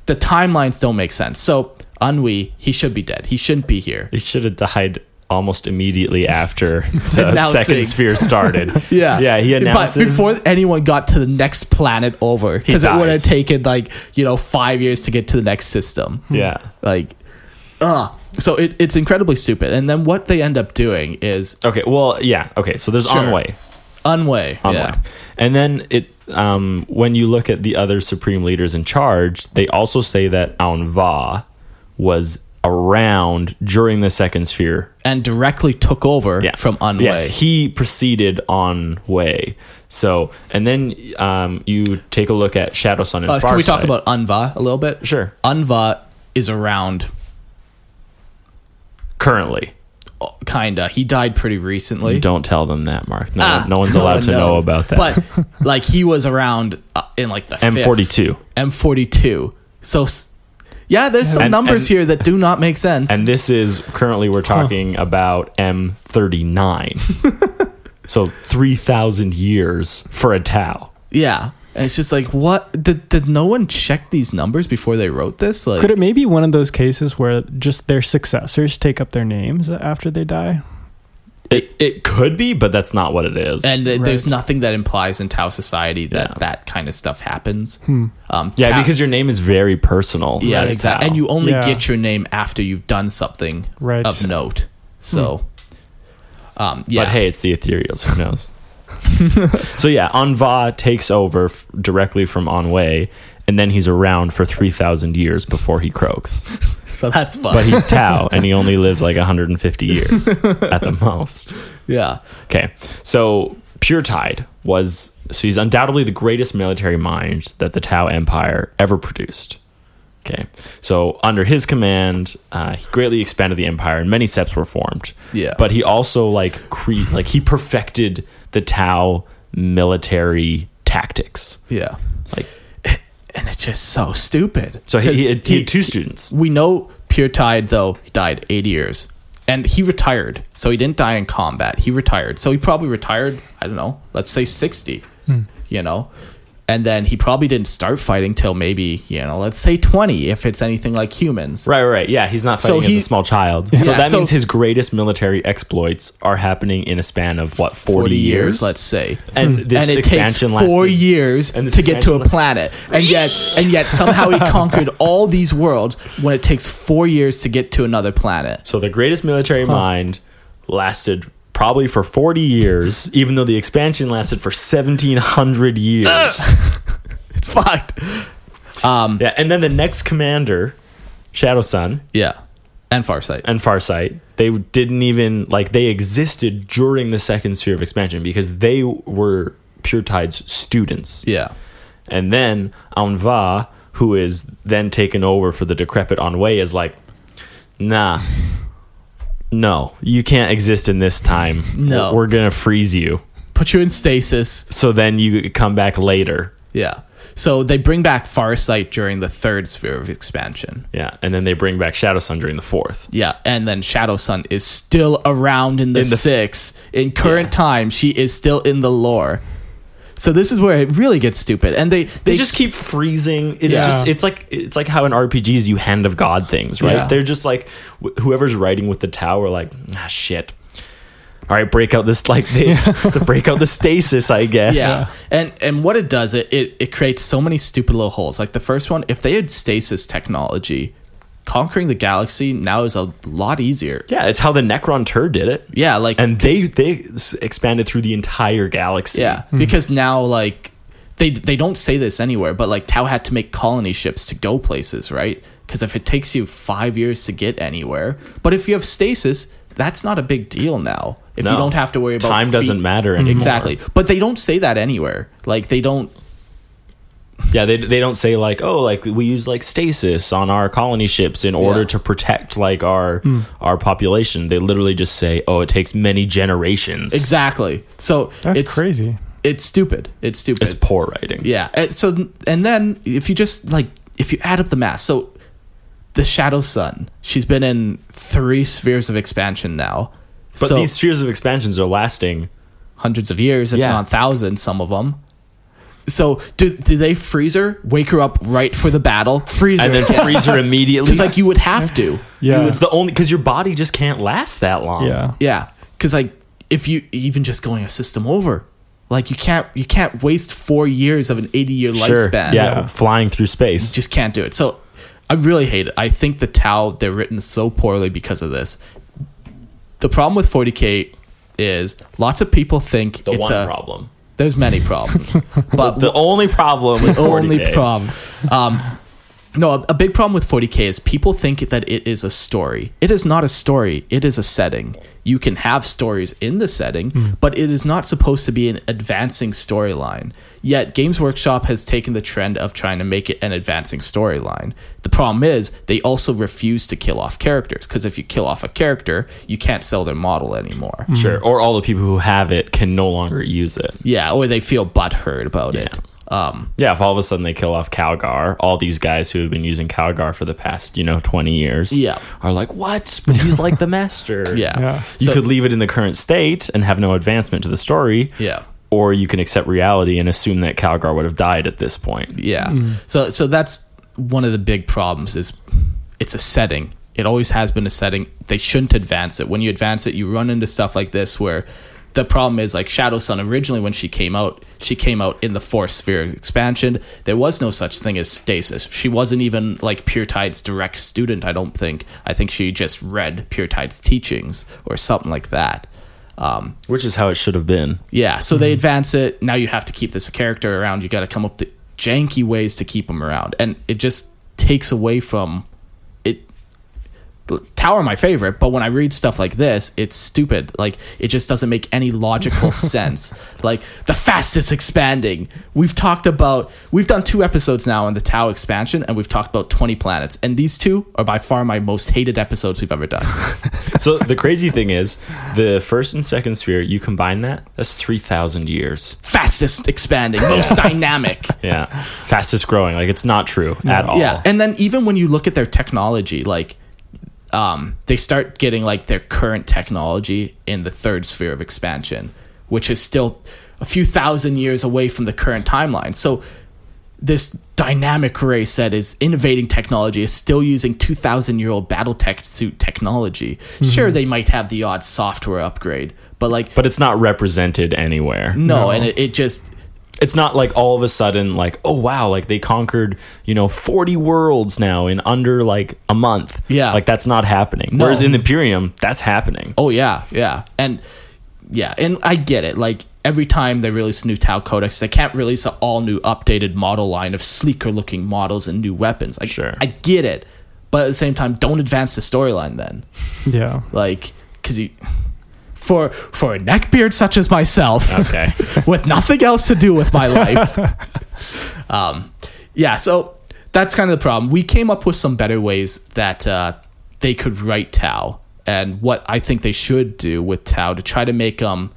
the timelines don't make sense. So Unwi, he should be dead. He shouldn't be here. He should have died almost immediately after the Announcing. second sphere started. Yeah, yeah. He announces But before anyone got to the next planet over, because it would dies. have taken like you know five years to get to the next system. Yeah. like uh so it, it's incredibly stupid and then what they end up doing is Okay. Well, yeah. Okay. So there's Sure. Onway. unway on yeah. one. And then it um, when you look at the other supreme leaders in charge, they also say that Anva was around during the second sphere. and directly took over Yeah. from unway Yeah, he preceded on way. So and then um, you take a look at Shadow Sun and Uh, can we talk Farsight. about unva a little bit Sure. unva is around currently. oh, kinda he died pretty recently Don't tell them that, Mark. No, Ah, no one's allowed to one know knows. about that. but like he was around uh, in like the M forty two. m42 so s- yeah there's some And- numbers and- here that do not make sense And this is currently we're talking about M39. so 3,000 years for a Tau. yeah and it's just like what did, did no one check these numbers before they wrote this like Could it maybe one of those cases where just their successors take up their names after they die? It, it could be, but that's not what it is. And th- there's Right. nothing that implies in Tao society that Yeah. Hmm. that kind of stuff happens. Um, yeah, Tao- because your name is very personal. yeah, That's exactly. how. And you only Yeah. get your name after you've done something Right. of note. So, um, yeah, Hmm. But hey, it's the ethereals. Who knows? so yeah, Anva takes over f- directly from Anwei, and then he's around for three thousand years before he croaks. so that's fun. But he's Tao, and he only lives like one hundred and fifty years at the most. yeah, Okay, so Pure Tide was so he's undoubtedly the greatest military mind that the Tao Empire ever produced. Okay, so under his command, uh, he greatly expanded the empire, and many septs were formed. Yeah. but he also like cre- like he perfected the Tao military tactics. yeah, Like, and it's just so stupid. so he, 'Cause he, had, he had two students. We know Pure Tide though he died eight years, and he retired. So he didn't die in combat. He retired. So he probably retired. I don't know. Let's say sixty. You know, and then he probably didn't start fighting till maybe you know, let's say twenty, if it's anything like humans. Right, right, right. Yeah, he's not So fighting he- as a small child. So Yeah, that so- means his greatest military exploits are happening in a span of what forty, years? let's say. and this Hmm. and it takes expansion lasted- four years and this to get to expansion a la- planet, and yet, and yet somehow he conquered all these worlds when it takes four years to get to another planet. So the greatest military mind lasted probably for 40 years, even though the expansion lasted for 1700 years. It's fucked. yeah, and then the next commander, Shadow Sun Yeah, and Farsight. and Farsight, they didn't even like they existed during the second sphere of expansion because they were Pure Tide's students. Yeah. And then Anva, who is then taken over for the decrepit Anwei, is like, nah, no, you can't exist in this time. No. We're going to freeze you. put you in stasis. So then you come back later. Yeah. So they bring back Farsight during the third sphere of expansion. Yeah. And then they bring back Shadow Sun during the fourth. Yeah, and then Shadow Sun is still around in the, In the- six. In current time, she is still in the lore. So this is where it really gets stupid. And they They just keep freezing. It's Yeah. just it's like it's like how in RPGs you hand of god things, right? Yeah. They're just like wh- whoever's writing with the tower, like ah shit. All right, break out this like they the break out the stasis, I guess. yeah. And and what it does, it, it it creates so many stupid little holes. Like the first one, if they had stasis technology, conquering the galaxy now is a lot easier. Yeah, it's how the Necron Tur did it. Yeah, like and they they s- expanded through the entire galaxy. Yeah, because now like they they don't say this anywhere, but like Tau had to make colony ships to go places, right? Because if it takes you five years to get anywhere, but if you have stasis, that's not a big deal now. If No. you don't have to worry about Time doesn't matter anymore. Exactly, but they don't say that anywhere. Like they don't. Yeah, they, they don't say like, oh, like we use like stasis on our colony ships in order Yeah. to protect like our our population. They literally just say, oh, it takes many generations. Exactly. So That's it's, crazy. It's stupid. It's stupid. It's poor writing. Yeah. And so and then if you just like if you add up the mass, so the Shadow Sun, she's been in three spheres of expansion now. But so these spheres of expansions are lasting. hundreds of years, if Yeah. not thousands, some of them. So do do they freeze her, wake her up right for the battle, freeze her? And then freezer immediately. Because like you would have to. Because Yeah. it's the only because your body just can't last that long. Yeah. Yeah, because like if you even just going a system over, like you can't you can't waste four years of an eighty year Sure. Yeah, lifespan. Flying through space. just can't do it. So I really hate it. I think the Tau they're written so poorly because of this. The problem with 40k is lots of people think the it's one a problem. there's many problems, but The only problem with the only 40K problem. Um, no, a, a big problem with 40k is people think that it is a story. It is not a story. It is a setting. You can have stories in the setting, but it is not supposed to be an advancing storyline. Yet Games Workshop has taken the trend of trying to make it an advancing storyline. The problem is they also refuse to kill off characters because if you kill off a character, you can't sell their model anymore. Sure. Or all the people who have it can no longer use it. Yeah, or they feel butthurt about it. Um, Yeah, if all of a sudden they kill off Calgar, all these guys who have been using Calgar for the past, you know, 20 years Yeah. are like, what? But he's like the master. yeah. Yeah. You So- could leave it in the current state and have no advancement to the story. Yeah. Or you can accept reality and assume that Calgar would have died at this point. Yeah. So so that's one of the big problems is it's a setting. It always has been a setting. They shouldn't advance it. When you advance it, you run into stuff like this where the problem is like Shadow Sun originally when she came out, she came out in the Force Sphere expansion. There was no such thing as stasis. She wasn't even like Pure Tide's direct student, I don't think. I think she just read Pure Tide's teachings or something like that. Um, Which is how it should have been. yeah, so they advance it. Now you have to keep this character around. You got to come up with janky ways to keep him around, and it just takes away from it. Tower my favorite, but when I read stuff like this, it's stupid. Like it just doesn't make any logical sense. Like the fastest expanding. We've talked about we've done two episodes now on the Tau expansion and we've talked about 20 planets and these two are by far my most hated episodes we've ever done. so the crazy thing is, the first and second sphere, you combine that, that's 3,000 years. fastest expanding, most dynamic. Yeah. Fastest growing. Like, it's not true at all. Yeah, and then even when you look at their technology, like um, they start getting like their current technology in the third sphere of expansion, which is still a few thousand years away from the current timeline. So this dynamic race that is innovating technology is still using 2000 year old battletech suit technology. Sure, they might have the odd software upgrade, but like But it's not represented anywhere. no, and it, it just It's not like all of a sudden, like, oh, wow, like they conquered, you know, 40 worlds now in under like a month. Yeah. Like, that's not happening. No. Whereas in the Imperium, that's happening. Oh yeah, yeah, and yeah, and I get it. Like every time they release a new Tau Codex, they can't release an all new updated model line of sleeker looking models and new weapons. Like, Sure. I get it, but at the same time, don't advance the storyline then, Yeah. like because you. For, for a neckbeard such as myself, Okay. with nothing else to do with my life. um, yeah, so that's kind of the problem. We came up with some better ways that uh, they could write Tau and what I think they should do with Tau to try to make them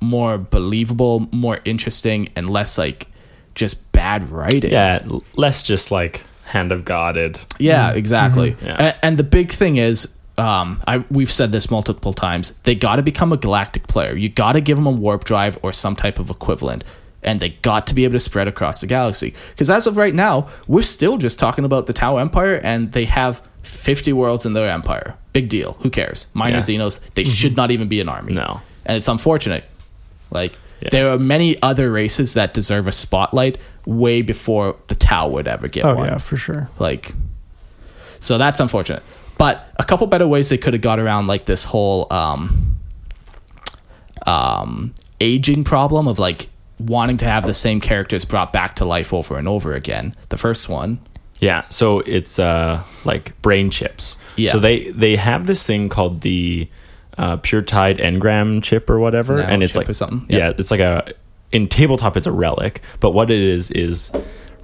more believable, more interesting, and less like just bad writing. yeah. l- Less just like hand of godded. Yeah, exactly. Mm-hmm. Yeah. A- And, the big thing is, um, I we've said this multiple times. They got to become a galactic player. You got to give them a warp drive or some type of equivalent, and they got to be able to spread across the galaxy. Because as of right now, we're still just talking about the Tau Empire, and they have fifty worlds in their empire. Big deal. Who cares? Minor Yeah. Mm-hmm. Xenos. They should not even be an army. No. and it's unfortunate. Like there are many other races that deserve a spotlight way before the Tau would ever get Oh one. yeah, for sure. Like, so that's unfortunate. But a couple better ways they could have got around like this whole um, um, aging problem of like wanting to have the same characters brought back to life over and over again. The first one, Yeah, so it's uh, like brain chips. Yeah. So they they have this thing called the uh, Pure Tide Engram chip or whatever, Nano and it's chip like or something. Yeah. Yeah. it's like a in tabletop it's a relic, but what it is is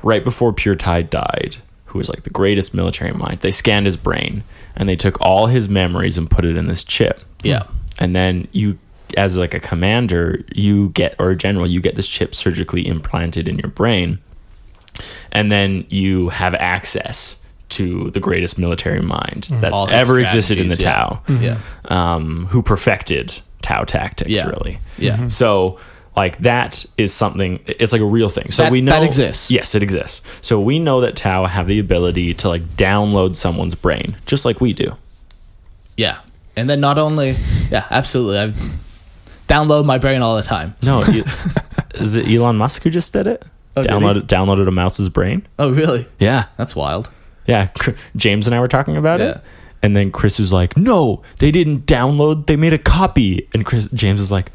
right before Pure Tide died, who was like the greatest military mind, they scanned his brain and they took all his memories and put it in this chip. Yeah. and then you. As like a commander, you get or a general, you get this chip surgically implanted in your brain, and then you have access to the greatest military mind that's Mm-hmm. All his ever existed in the Tao, strategies, yeah, Mm-hmm. um, who perfected Tao tactics, Yeah. really. Yeah. Mhm. So, like, that is something, it's like a real thing. So, That- we know that exists. Yes, it exists. So, we know that Tao have the ability to, like, download someone's brain, just like we do. yeah. And then not only, yeah, absolutely. I download my brain all the time. No, you, is it Elon Musk who just did it? Oh, did he? downloaded, downloaded a mouse's brain? Oh, really? Yeah. That's wild. Yeah, Cr- James and I were talking about it. Yeah. And then Chris is like, "No, they didn't download. They made a copy." And Chris James is like,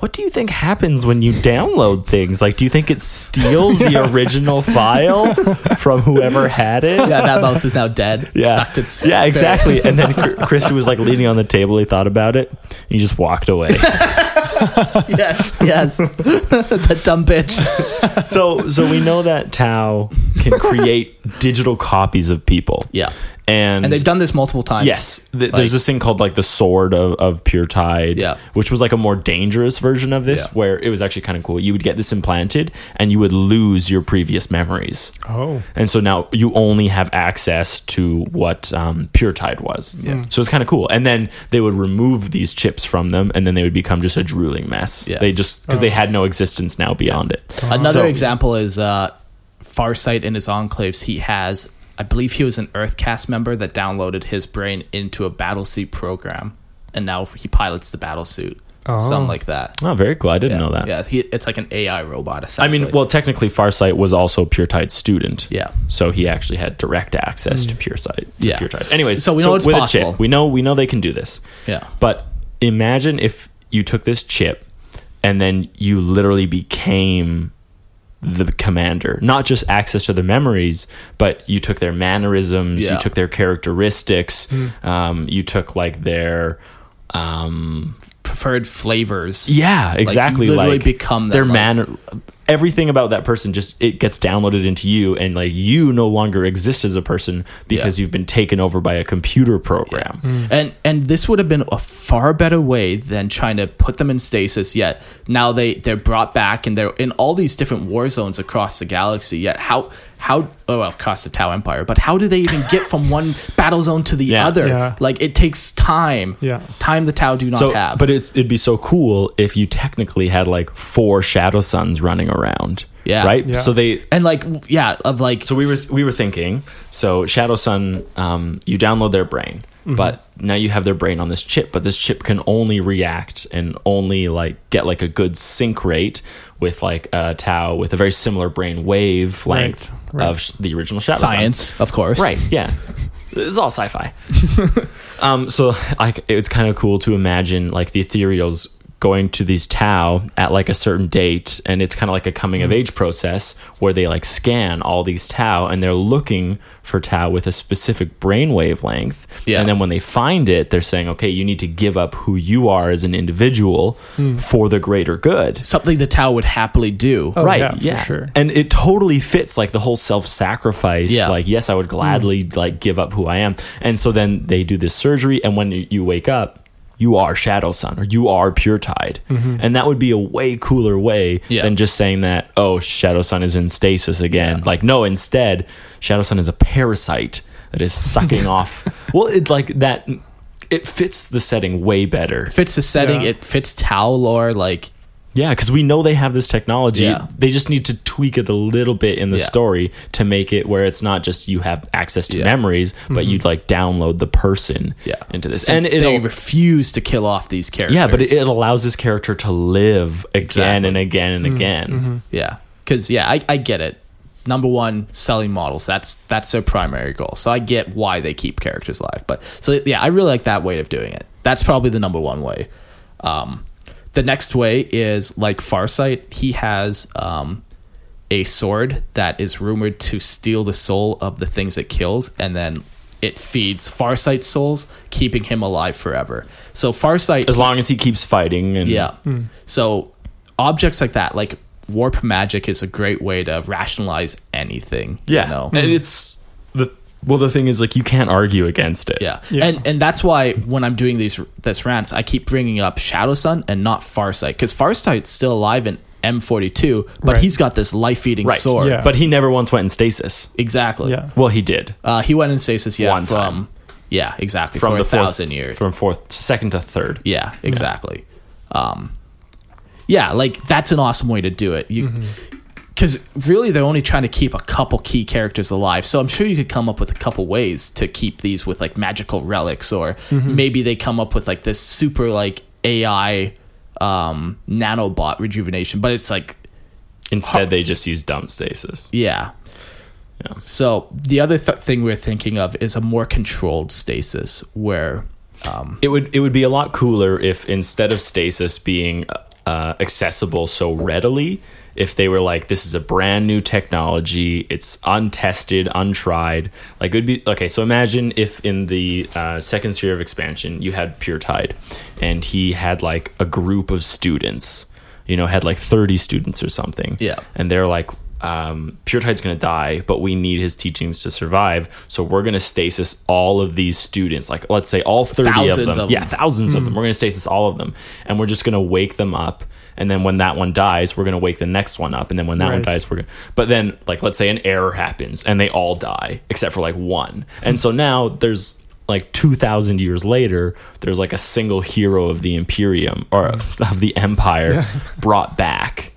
"What do you think happens when you download things? Like, do you think it steals the original file from whoever had it?" Yeah, that mouse is now dead. Sucked its yeah, exactly. And then Chr- Chris was like leaning on the table. He thought about it. And he just walked away. yes, yes. that dumb bitch. so so we know that Tao can create digital copies of people. Yeah. and And they've done this multiple times. Yes, th- Like- there's this thing called like the sword of, of pure tide, Yeah. which was like a more dangerous version of this, Yeah. where it was actually kind of cool. You would get this implanted, and you would lose your previous memories, Oh. and so now you only have access to what um, pure tide was. Hmm. Yeah. So it's kind of cool. And then they would remove these chips from them, and then they would become just a drooling mess. Yeah. They just because they had no existence now beyond it. Another So- example is uh, Farsight in his enclaves. He has I believe he was an Earthcast member that downloaded his brain into a battlesuit program, and now he pilots the battlesuit. Oh. Something like that. Oh, very cool. I didn't yeah. know that. Yeah, he, it's like an AI robot. I Essentially. mean, well, technically, Farsight was also Pure Tide student. Yeah. So he actually had direct access to Pure Sight. to Yeah. Pure Tide. Anyways, So we know it's with a possible. chip, we know we know they can do this. Yeah. But imagine if you took this chip and then you literally became the commander. Not just access to their memories, but you took their mannerisms, Yeah. you took their characteristics, um, you took like their um preferred flavors. yeah, exactly. Like, literally become them, their like- manner. Everything about that person just it gets downloaded into you, and like you no longer exist as a person because Yeah. Mm. you've been taken over by a computer program. And and this would have been a far better way than trying to put them in stasis. Yet now they they're brought back and they're in all these different war zones across the galaxy. Yet how how oh well, across the Tau Empire, but how do they even get from one battle zone to the Yeah. other? Yeah. Like it takes time. Yeah. time the Tau do not So, have. but it's, it'd be so cool if you technically had like four Shadow Suns running around. Yeah. Right. Yeah. So they and like w- yeah, of like So we were we were thinking. So Shadow Sun, um, you download their brain, Mm-hmm. but now you have their brain on this chip. But this chip can only react and only like get like a good sync rate with like a tau with a very similar brain wave length right. of sh- the original Shadow Sun. science, of course. Right. Yeah. It's all sci-fi. um, so like it's kind of cool to imagine like the ethereals going to these tau at like a certain date and it's kind of like a coming of age process where they like scan all these tau and they're looking for tau with a specific brain wavelength Yeah. and then when they find it they're saying okay you need to give up who you are as an individual for the greater good Something the Tau would happily do. Oh, right yeah, yeah, for sure. and it totally fits like the whole self-sacrifice Yeah. like yes i would gladly like give up who i am and so then they do this surgery and when y- you wake up you are shadow sun or you are pure tide Mm-hmm. and that would be a way cooler way Yeah. than just saying that oh shadow sun is in stasis again like no instead shadow sun is a parasite that is sucking off well it like that it fits the setting way better Fits the setting. Yeah. It fits Tau lore. Like yeah, because we know they have this technology. Yeah. They just need to tweak it a little bit in the Yeah. story to make it where it's not just you have access to Yeah. memories, but you'd like download the person yeah, into this. Since and they it'll, refuse to kill off these characters. yeah, but it, it allows this character to live again Exactly. and again and again. Yeah, because yeah, I, I get it. Number one, selling models. That's that's their primary goal. So I get why they keep characters alive. But so yeah, I really like that way of doing it. That's probably the number one way. Um, the next way is like Farsight. He has um, a sword that is rumored to steal the soul of the things it kills, and then it feeds Farsight's souls, keeping him alive forever. So Farsight As long as he keeps fighting and yeah. So objects like that, like warp magic, is a great way to rationalize anything. yeah, You know? and it's the well. The thing is, like, you can't argue against it. yeah. Yeah. And and that's why when I'm doing these this rants, I keep bringing up Shadow Sun and not Farsight because Farsight's still alive in M42, but Right. he's got this life eating right. sword. Yeah. But he never once went in stasis. Exactly. Yeah. Well, he did Uh, he went in stasis. Yeah. One from time. yeah, exactly. from for the a thousand fourth, years. from fourth, second to third. Yeah, exactly. Um, yeah, like that's an awesome way to do it. You, because really they're only trying to keep a couple key characters alive. So I'm sure you could come up with a couple ways to keep these with like magical relics, or maybe they come up with like this super like AI um, nanobot rejuvenation. But it's like Instead, they just used dumb stasis. yeah. Yeah. So the other th- thing we're thinking of is a more controlled stasis where It would it would be a lot cooler if instead of stasis being uh, accessible so readily, if they were like, "This is a brand new technology. It's untested, untried." Like it would be okay. So imagine if in the uh, second sphere of expansion you had Pure Tide, and he had like a group of students. You know, had like thirty students or something. Yeah. and they're like. Um, Pure Tide's gonna die, but we need his teachings to survive. So we're gonna stasis all of these students. Like, let's say all 30 Thousands of them. of yeah, them. Hmm. thousands of them. We're going to stasis all of them. And we're just going to wake them up. And then when that one dies, we're going to wake the next one up. And then when that one Right. dies, we're going to. But then, like, let's say an error happens and they all die except for like one. And so now there's like 2,000 years later, there's like a single hero of the Imperium or of the Empire brought back.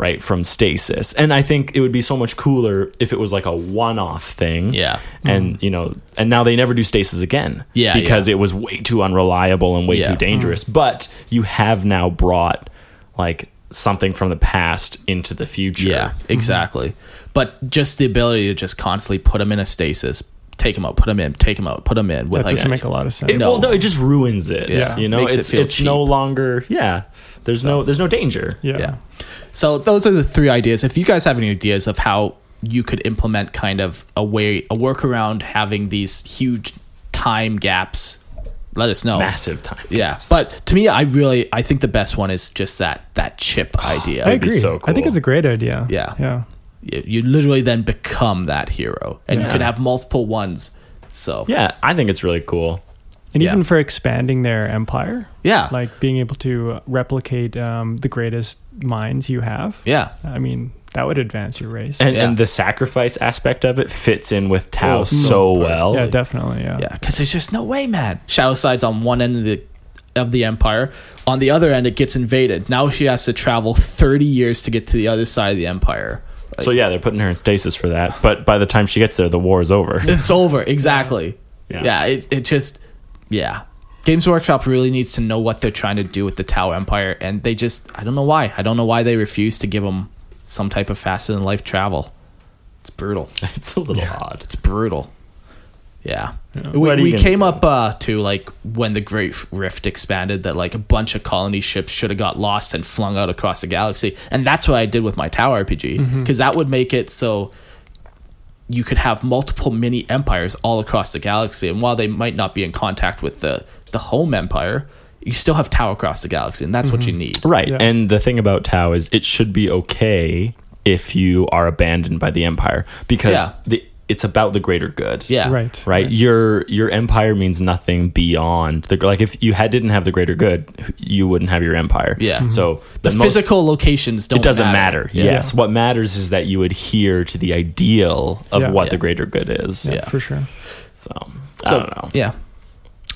right from stasis and i think it would be so much cooler if it was like a one-off thing Yeah. and you know and now they never do stasis again Yeah, because yeah. it was way too unreliable and way Yeah. Mm. too dangerous but you have now brought like something from the past into the future Yeah, exactly. But just the ability to just constantly put them in a stasis, take them out, put them in, take them out, put them in. With That like, doesn't make a lot of sense. It, Well, no, it just ruins it. Yeah. you know, Makes it it's feel it's no cheap. longer. Yeah, there's no there's no danger. yeah. yeah. So those are the three ideas. If you guys have any ideas of how you could implement kind of a way, a workaround having these huge time gaps, let us know. Massive time. Yeah, gaps. but to me, I really, I think the best one is just that that chip idea. I be agree. so I think cool. it's a great idea. Yeah. Yeah. you, you literally then become that hero, and you can have multiple ones. So yeah, I think it's really cool. And Yeah. even for expanding their empire. Yeah. Like being able to replicate um, the greatest minds you have. yeah, I mean, that would advance your race. And, Yeah. and the sacrifice aspect of it fits in with Tao Oh, so, super. well. yeah, definitely. Yeah. yeah, because there's just no way, man. Shadow sides on one end of the of the empire. On the other end, it gets invaded. Now she has to travel 30 years to get to the other side of the empire. So yeah, they're putting her in stasis for that. But by the time she gets there, the war is over. It's over. Exactly. Yeah. Yeah. it, it just, yeah. Games Workshop really needs to know what they're trying to do with the Tau Empire, and they just, I don't know why. I don't know why they refuse to give them some type of faster than life travel. It's brutal. it's a little odd. It's brutal. Yeah. What are We, you we gonna came do? up uh, to like when the Great Rift expanded that like a bunch of colony ships should have got lost and flung out across the galaxy. And that's what I did with my Tower RPG because Mm-hmm. that would make it so you could have multiple mini empires all across the galaxy. And while they might not be in contact with the, the home empire, you still have Tower across the galaxy. And that's what you need. Mm-hmm. Right. And the thing about Tao is it should be okay if you are abandoned by the empire because Yeah. the, it's about the greater good. Yeah. Right. right? Your your empire means nothing beyond the like. If you had didn't have the greater good, you wouldn't have your empire. Yeah. So The, the most- physical locations don't it doesn't matter. Yeah. Yes, what matters is that you adhere to the ideal of Yeah. what Yeah. the greater good is. Yeah. For sure. So I don't know. Yeah.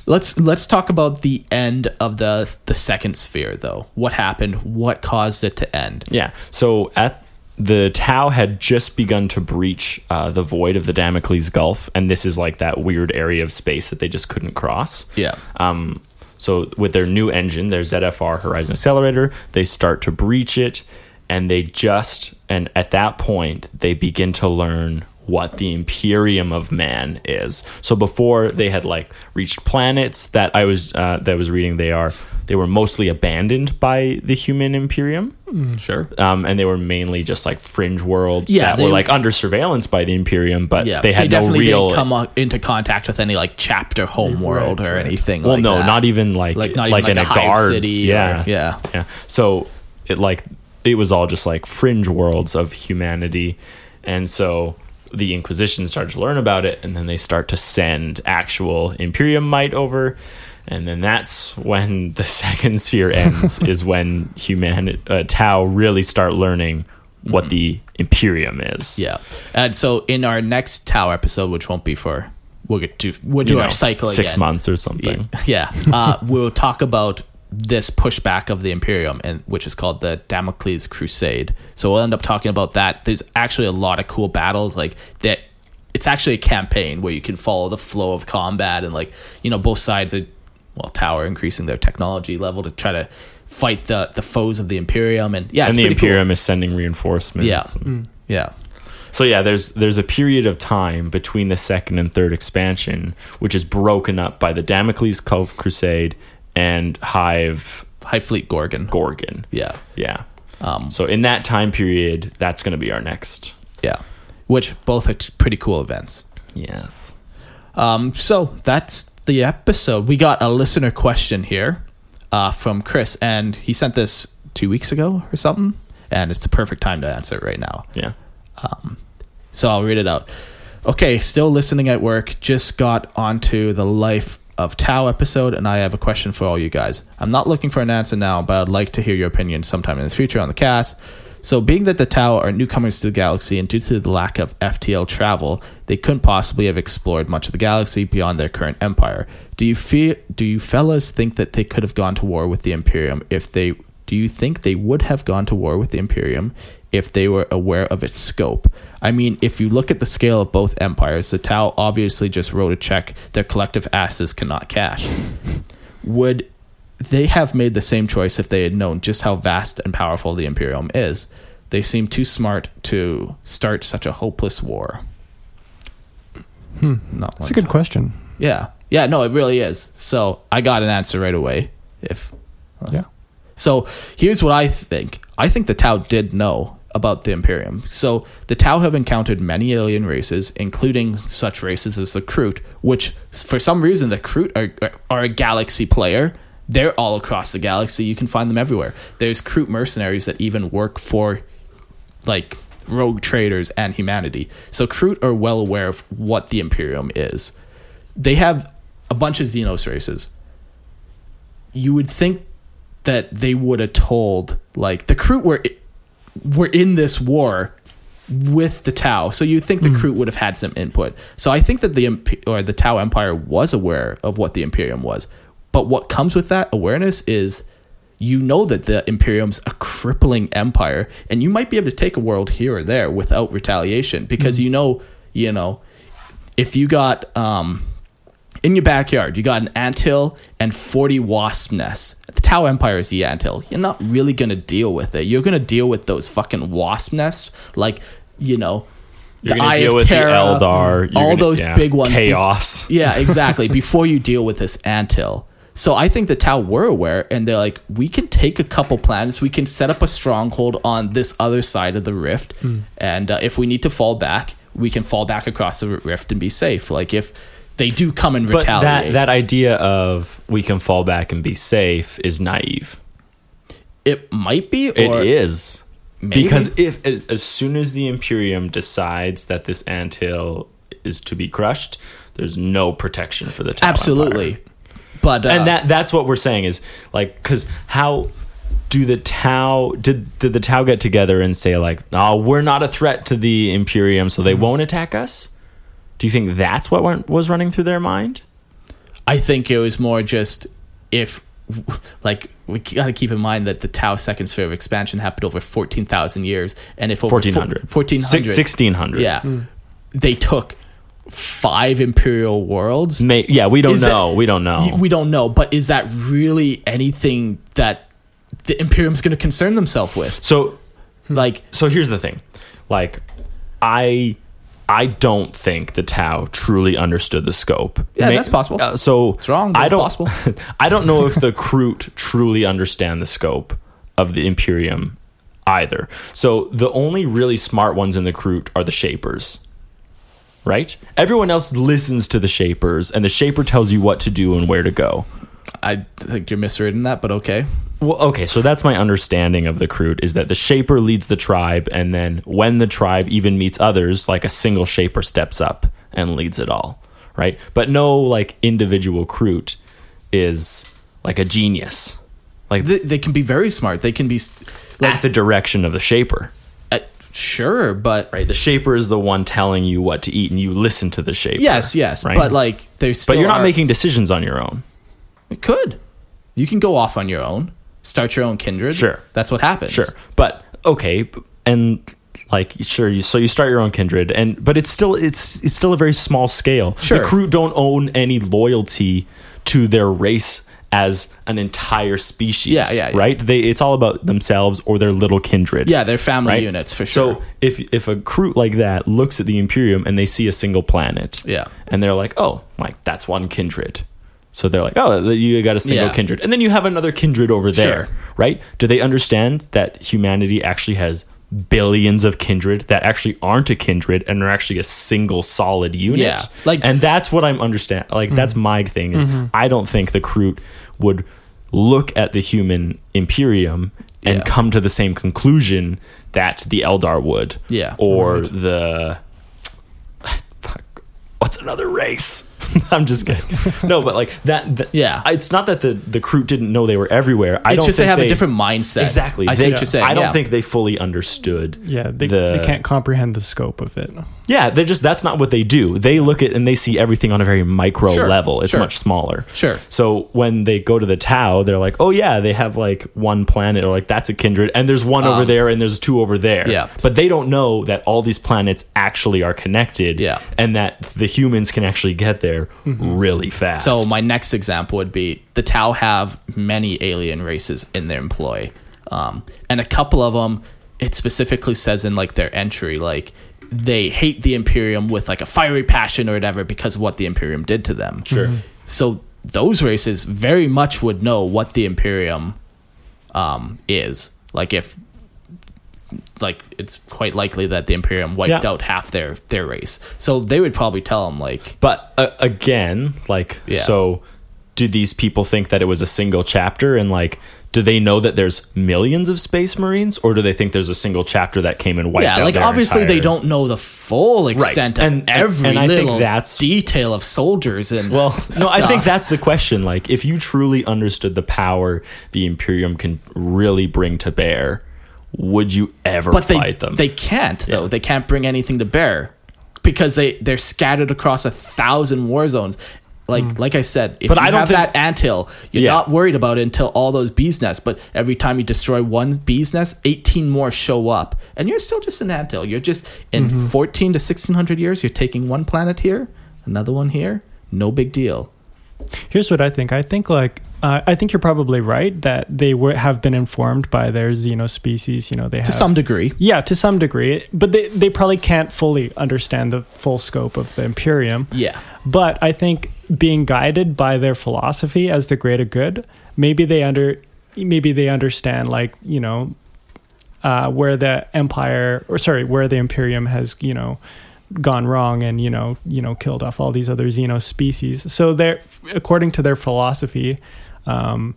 Let's let's talk about the end of the the second sphere though. What happened? What caused it to end? Yeah. So at the Tau had just begun to breach uh, the void of the Damocles Gulf, and this is like that weird area of space that they just couldn't cross. Yeah. Um, so with their new engine, their ZFR Horizon Accelerator, they start to breach it, and they just and at that point they begin to learn what the Imperium of Man is. So before they had like reached planets that I was uh, that I was reading, they are they were mostly abandoned by the human Imperium Sure. um, and they were mainly just like fringe worlds Yeah, that they were were- like under surveillance by the Imperium, but Yeah. they had no definitely real. didn't come uh, into contact with any like chapter homeworld or anything well, like no, that. not even like like, Like, not even like in a a hive guard. city or- Yeah, yeah. yeah. So it like it was all just like fringe worlds of humanity, and so the Inquisition started to learn about it, and then they start to send actual Imperium might over. And then that's when the second sphere ends, is when human uh, Tau really start learning what the Imperium is. Mm-hmm. Yeah. And so in our next tower episode, which won't be for we'll get to we'll do you our know, cycle six again. months or something. Yeah. Uh, we'll talk about this pushback of the Imperium, and which is called the Damocles Crusade. So we'll end up talking about that. There's actually a lot of cool battles like that. It's actually a campaign where you can follow the flow of combat and like you know both sides are well tower increasing their technology level to try to fight the the foes of the Imperium and yeah And it's the pretty cool. Imperium is sending reinforcements. Yeah. yeah So yeah, there's there's a period of time between the second and third expansion, which is broken up by the Damocles Cove Crusade and Hive High Fleet Gorgon Gorgon. yeah Yeah. Um, so in that time period, that's going to be our next. yeah which both are t- pretty cool events. Yes. Um, so that's the episode. We got a listener question here uh, from Chris, and he sent this two weeks ago or something, and it's the perfect time to answer it right now. Yeah. So I'll read it out. Okay, still listening at work. Just got onto the Life of Tao episode, and I have a question for all you guys. I'm not looking for an answer now, but I'd like to hear your opinion sometime in the future on the cast. So, being that the Tao are newcomers to the galaxy, and due to the lack of FTL travel, they couldn't possibly have explored much of the galaxy beyond their current empire. Do you feel? Do you fellas think that they could have gone to war with the Imperium if they Do you think they would have gone to war with the Imperium if they were aware of its scope? I mean, if you look at the scale of both empires, the Tau obviously just wrote a check their collective asses cannot cash. Would they have made the same choice if they had known just how vast and powerful the Imperium is? They seem too smart to start such a hopeless war. Hmm. Not That's a good question. yeah. Yeah, no, it really is. So I got an answer right away. If Yeah. So here's what I think. I think the Tau did know about the Imperium. So the Tau have encountered many alien races, including such races as the Kroot, which for some reason the Kroot are, are a galaxy player. They're all across the galaxy. You can find them everywhere. There's Kroot mercenaries that even work for like rogue traders and humanity. So Kroot are well aware of what the Imperium is. They have a bunch of Xenos races. You would think that they would have told like the Kroot were were in this war with the Tau. So you think the Kroot would have had some input. So I think that the Imp- or the Tau Empire was aware of what the Imperium was. But what comes with that awareness is you know that the Imperium's a crippling empire and you might be able to take a world here or there without retaliation because you know, you know, if you got um in your backyard, you got an anthill and 40 wasp nests. The Tau Empire is the anthill. You're not really going to deal with it. You're going to deal with those fucking wasp nests. Like, you know, You're the gonna Eye deal of with Terra, the Eldar. You're all gonna- those yeah, big ones. bef- Chaos. yeah, exactly. before you deal with this anthill. So I think the Tau were aware and they're like, we can take a couple planets. We can set up a stronghold on this other side of the rift. Hmm. And uh, if we need to fall back, we can fall back across the rift and be safe. Like, if they do come and But retaliate. that that idea of we can fall back and be safe is naive. It might be. Or It is. Maybe. Because if as- as soon as the Imperium decides that this anthill is to be crushed, there's no protection for the Tau Absolutely. Empire. But uh, and that that's what we're saying is like because how do the Tau did did the Tau get together and say like oh we're not a threat to the Imperium so they Mm-hmm. won't attack us? Do you think that's what went, was running through their mind? I think it was more just if, like, we got to keep in mind that the Tau second sphere of expansion happened over 14,000 years. And if over four- 1400 1400 Six- 1600 Yeah. They took five imperial worlds. May, yeah, we don't Is it- know. we don't know. Y- We don't know, but is that really anything that the Imperium's going to concern themselves with? so Like, so here's the thing. Like I I don't think the Tau truly understood the scope. Yeah, that's possible. uh, so it's wrong, but I it's don't possible. I don't know if the Kroot truly understand the scope of the Imperium either. So the only really smart ones in the Kroot are the Shapers. Right? Everyone else listens to the Shapers and the Shaper tells you what to do and where to go. I think you're misreading that, but okay. Well, okay, so that's my understanding of the Kroot is that the Shaper leads the tribe, and then when the tribe even meets others, like a single Shaper steps up and leads it all, right? But no, like individual Kroot is like a genius, like They, they can be very smart. They can be, s- at the direction of the Shaper, uh, sure, but right? The Shaper is the one telling you what to eat, and you listen to the Shaper. Yes, yes, right? but like there's still but you're not are- making decisions on your own. it could. You can go off on your own, start your own kindred. Sure. that's what happens. Sure, but okay, b- and like sure, you so you start your own kindred, and but it's still it's it's still a very small scale. Sure. the crew don't own any loyalty to their race as an entire species. Yeah, yeah, yeah. right. They it's all about themselves or their little kindred. Yeah, they're family right? units for sure. So if if a crew like that looks at the Imperium and they see a single planet, Yeah. and they're like, oh, like that's one kindred. So they're like, oh, you got a single Yeah. kindred, and then you have another kindred over there, Sure. right? Do they understand that humanity actually has billions of kindred that actually aren't a kindred and are actually a single solid unit? Yeah, like- and that's what I'm understand. Like Mm-hmm. that's my thing is I don't think the Kroot would look at the human Imperium and Yeah. come to the same conclusion that the Eldar would, Yeah. or the fuck, what's another race? I'm just kidding. No, but like that. that Yeah. it's not that the the crew didn't know they were everywhere. I it's don't just think they have a different mindset. Exactly. I see They- what you're saying. I don't yeah. think they fully understood. Yeah, they, the- they can't comprehend the scope of it. Yeah, they just that's not what they do. They look at and they see everything on a very micro Sure, level. It's sure. much smaller. Sure. So when they go to the Tau, they're like, "Oh yeah, they have like one planet or like that's a kindred and there's one over there and there's two over there." Um, yeah. But they don't know that all these planets actually are connected Yeah. Mm-hmm. and that the humans can actually get there really fast. So my next example would be the Tau have many alien races in their employ, um, and a couple of them it specifically says in like their entry like they hate the Imperium with like a fiery passion or whatever because of what the Imperium did to them. Sure. So those races very much would know what the Imperium um, is like if like it's quite likely that the Imperium wiped Yeah. out half their their race. So they would probably tell them like But uh, again, like, Yeah. so do these people think that it was a single chapter? And like, do they know that there's millions of space marines, or do they think there's a single chapter that came and wiped out? yeah, like their obviously they entire- don't know the full extent of And- and- every and I think little that's- detail of soldiers and Well, no, I think stuff. that's the question. Like, if you truly understood the power the Imperium can really bring to bear, would you ever but they fight them? they can't though they can't bring anything to bear because they they're scattered across a thousand war zones. Like like I said, if Hmm. But you I don't have think- that anthill, you're Yeah. not worried about it until all those bees nests. But every time you destroy one bees nest, eighteen more show up, and you're still just an anthill. You're just in Mm-hmm. fourteen to sixteen hundred years, you're taking one planet here, another one here. No big deal. Here's what I think. I think like uh, I think you're probably right that they were, have been informed by their xeno species. You know, they To have some degree, Yeah, to some degree, but they, they probably can't fully understand the full scope of the Imperium. Yeah. But I think being guided by their philosophy as the greater good, maybe they under maybe they understand like, you know, uh, where the empire or sorry, where the Imperium has, you know, gone wrong and, you know, you know, killed off all these other xeno species. So they're according to their philosophy, um,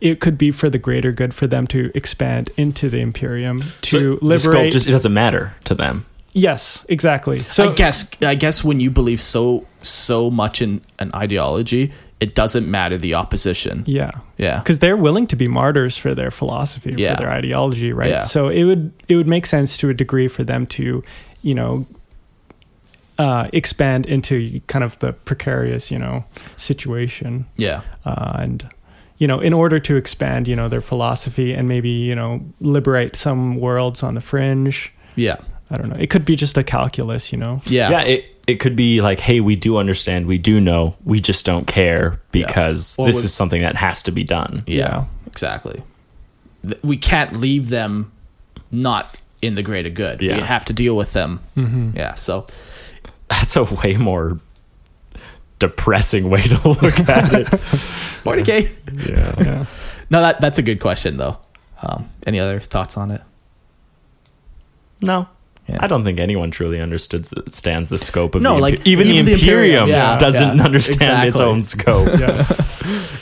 it could be for the greater good for them to expand into the Imperium to The scope liberate. just, it doesn't matter to them. yes, exactly. So I guess I guess when you believe so so much in an ideology, it doesn't matter the opposition. yeah, Yeah. because they're willing to be martyrs for their philosophy, Yeah. for their ideology, right? Yeah. So it would it would make sense to a degree for them to, you know, uh, expand into kind of the precarious, you know, situation. Yeah. uh, and you know in order to expand you know their philosophy and maybe you know liberate some worlds on the fringe Yeah. i don't know it could be just a calculus you know Yeah. yeah it, it could be like hey we do understand we do know we just don't care because Or this was- is something that has to be done Yeah, Yeah. Exactly. Th- We can't leave them not in the greater good. We Yeah. have to deal with them. Yeah. So that's a way more depressing way to look at it 40k. yeah yeah No, that that's a good question though. Um, any other thoughts on it? no Yeah. I don't think anyone truly understood the, stands the scope of No, the Imper- like, even, even the the Imperium, Imperium, yeah, doesn't yeah, understand its exactly. own scope.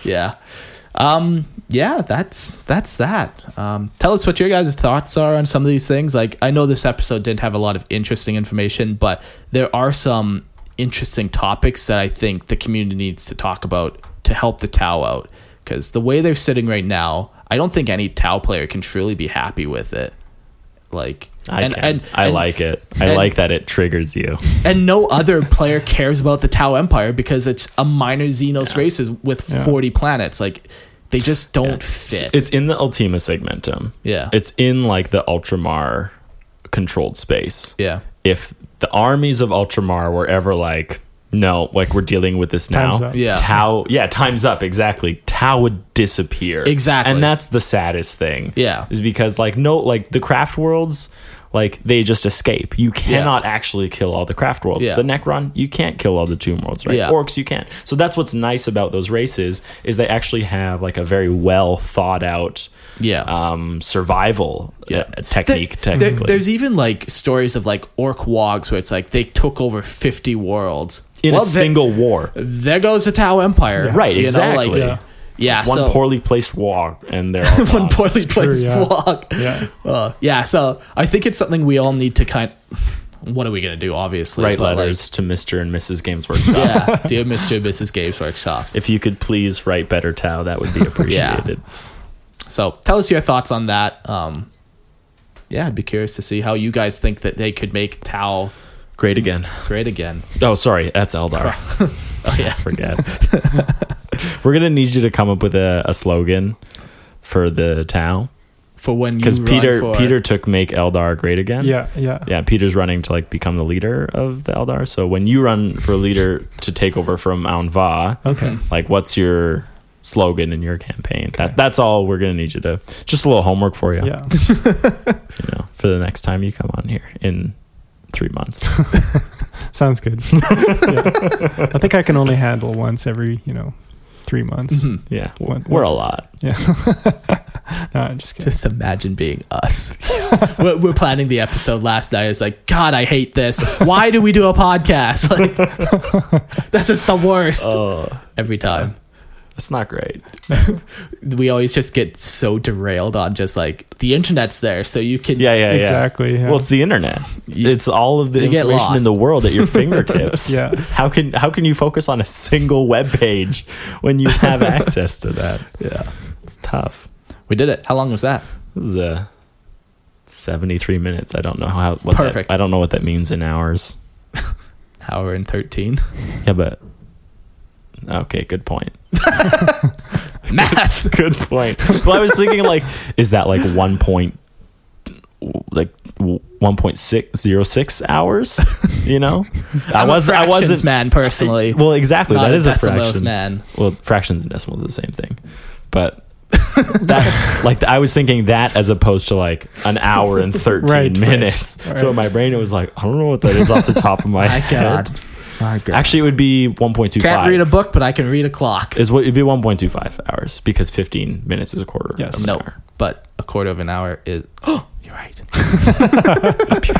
Yeah. Um, yeah, that's that's that. Um, tell us what your guys' thoughts are on some of these things. Like I know this episode didn't have a lot of interesting information, but there are some interesting topics that I think the community needs to talk about to help the Tau out. Because the way they're sitting right now, I don't think any Tau player can truly be happy with it. Like I can. I and- like it. I and- like that it triggers you. and no other player cares about the Tau Empire because it's a minor Xenos races with 40 planets. Like they just don't fit. It's in the Ultima segmentum. Yeah. It's in like the Ultramar controlled space. yeah. if the armies of Ultramar were ever like, no, like we're dealing with this Time's now. up. Yeah. Tau, yeah, time's up. Exactly. Tau would disappear. Exactly. And that's the saddest thing. Yeah. Is because, like, no, like the craft worlds, like, they just escape. You cannot actually kill all the craft worlds. Yeah. The Necron, you can't kill all the tomb worlds, right? Yeah. Orcs, you can't. So that's what's nice about those races is they actually have, like, a very well thought out Yeah. um, survival Yeah. uh, technique, There- technically. there's even like stories of like orc wogs where it's like they took over 50 worlds in Well, a the- single war. There goes the Tau Empire. Right, Know, exactly. like, Yeah. yeah. one so, poorly placed walk, and they're all one gone. poorly placed yeah. wog. yeah Uh, yeah, so I think it's something we all need to kind what are we gonna do? Obviously, Write but, like, letters to Mr. and Mrs. Games Workshop. yeah, dear Mr. and Mrs. Games Workshop. If you could please write better Tao, that would be appreciated. So tell us your thoughts on that. Um, yeah, I'd be curious to see how you guys think that they could make Tao Great again. great again. Oh, sorry, that's Eldar. Oh yeah, Forget. We're gonna need you to come up with a, a slogan for the Tao for when you because run Peter for, Peter took make Eldar great again. Yeah, yeah. yeah. Peter's running to like become the leader of the Eldar. So when you run for leader to take over from Anva, Okay. like what's your slogan in your campaign? That that's all we're gonna need you to. Just a little homework for you. Yeah. You know, for the next time you come on here in three months. Sounds good. Yeah. I think I can only handle once every, you know, three months. Mm-hmm. yeah, What- we're a what's- lot. No, I'm just kidding. Just imagine being us. we're, we're planning the episode last night. It's like, God, I hate this. Why do we do a podcast? Like, this is the worst. Oh, Every time. that's not great. We always just get so derailed on just like, the internet's there, so you can. Yeah, yeah, yeah. Exactly, yeah. Well, it's the internet. It's all of the You get information in lost. the world at your fingertips. Yeah. How can how can you focus on a single web page when you have access to that? Yeah. It's tough. We did it. How long was that? This is uh, 73 minutes. I don't know how what that- Perfect. I don't know what that means in hours. Hour and 13. Yeah, but Okay, good point. Math. Good point. well, I was thinking like is that like 1 point like 1.606 hours, you know? I I'm wasn't a I wasn't fractions man personally. Well, exactly. Not that a is a decimals, fraction. man. Well, fractions and decimals are the same thing, but that like I was thinking that as opposed to like an hour and thirteen Right, right, minutes. So in my brain, it was like I don't know what that is off the top of my, My head. God. My God. Actually, it would be one point two Can't read a five. book, but I can read a clock. Is what it'd be one point two five hours because fifteen minutes is a quarter. Yes. of an No, hour. but a quarter of an hour is. Oh, you're right.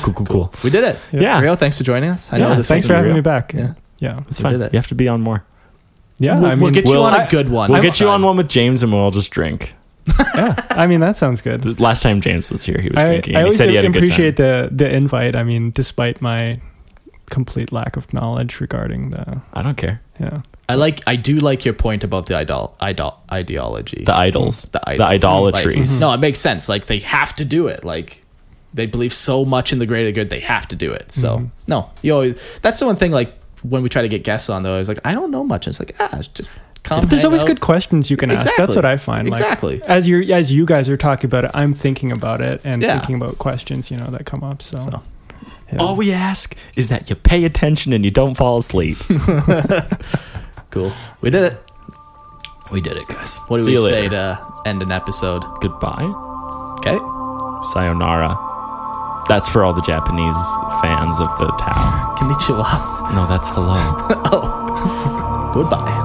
Cool, cool, cool. We did it. Yeah. Rio, thanks for joining us. I Yeah, one's thanks for having real. me back. Yeah. Yeah. It's We fine. did it. You have to be on more. Yeah, We'll, I mean, we'll get you we'll- on a I- good one. We'll next get you on time. one with James, and we'll all just drink. yeah. I mean, that sounds good. Last time James was here, he was I, drinking. I And he always said he had a good time. appreciate the the invite. I mean, despite my complete lack of knowledge regarding the I don't care. yeah. I like. I do like your point about the idol, idol ideology. The idols. The, The idolatry. Like, No, it makes sense. Like they have to do it. Like they believe so much in the greater good, they have to do it. So no, you always. That's the one thing. Like when we try to get guests on, though, I was like, I don't know much. And it's like ah, just come. But there's hang always out. good questions you can ask. That's Exactly. what I find. Like, Exactly. as you are as you guys are talking about it, I'm thinking about it and Yeah. thinking about questions you know that come up. So, So. yeah. All we ask is that you pay attention and you don't fall asleep. Cool. We did it. we did it, guys. What do See we you say later. to end an episode? Goodbye. Okay. Sayonara. That's for all the Japanese fans of the town. Konnichiwa. No, that's hello. Goodbye.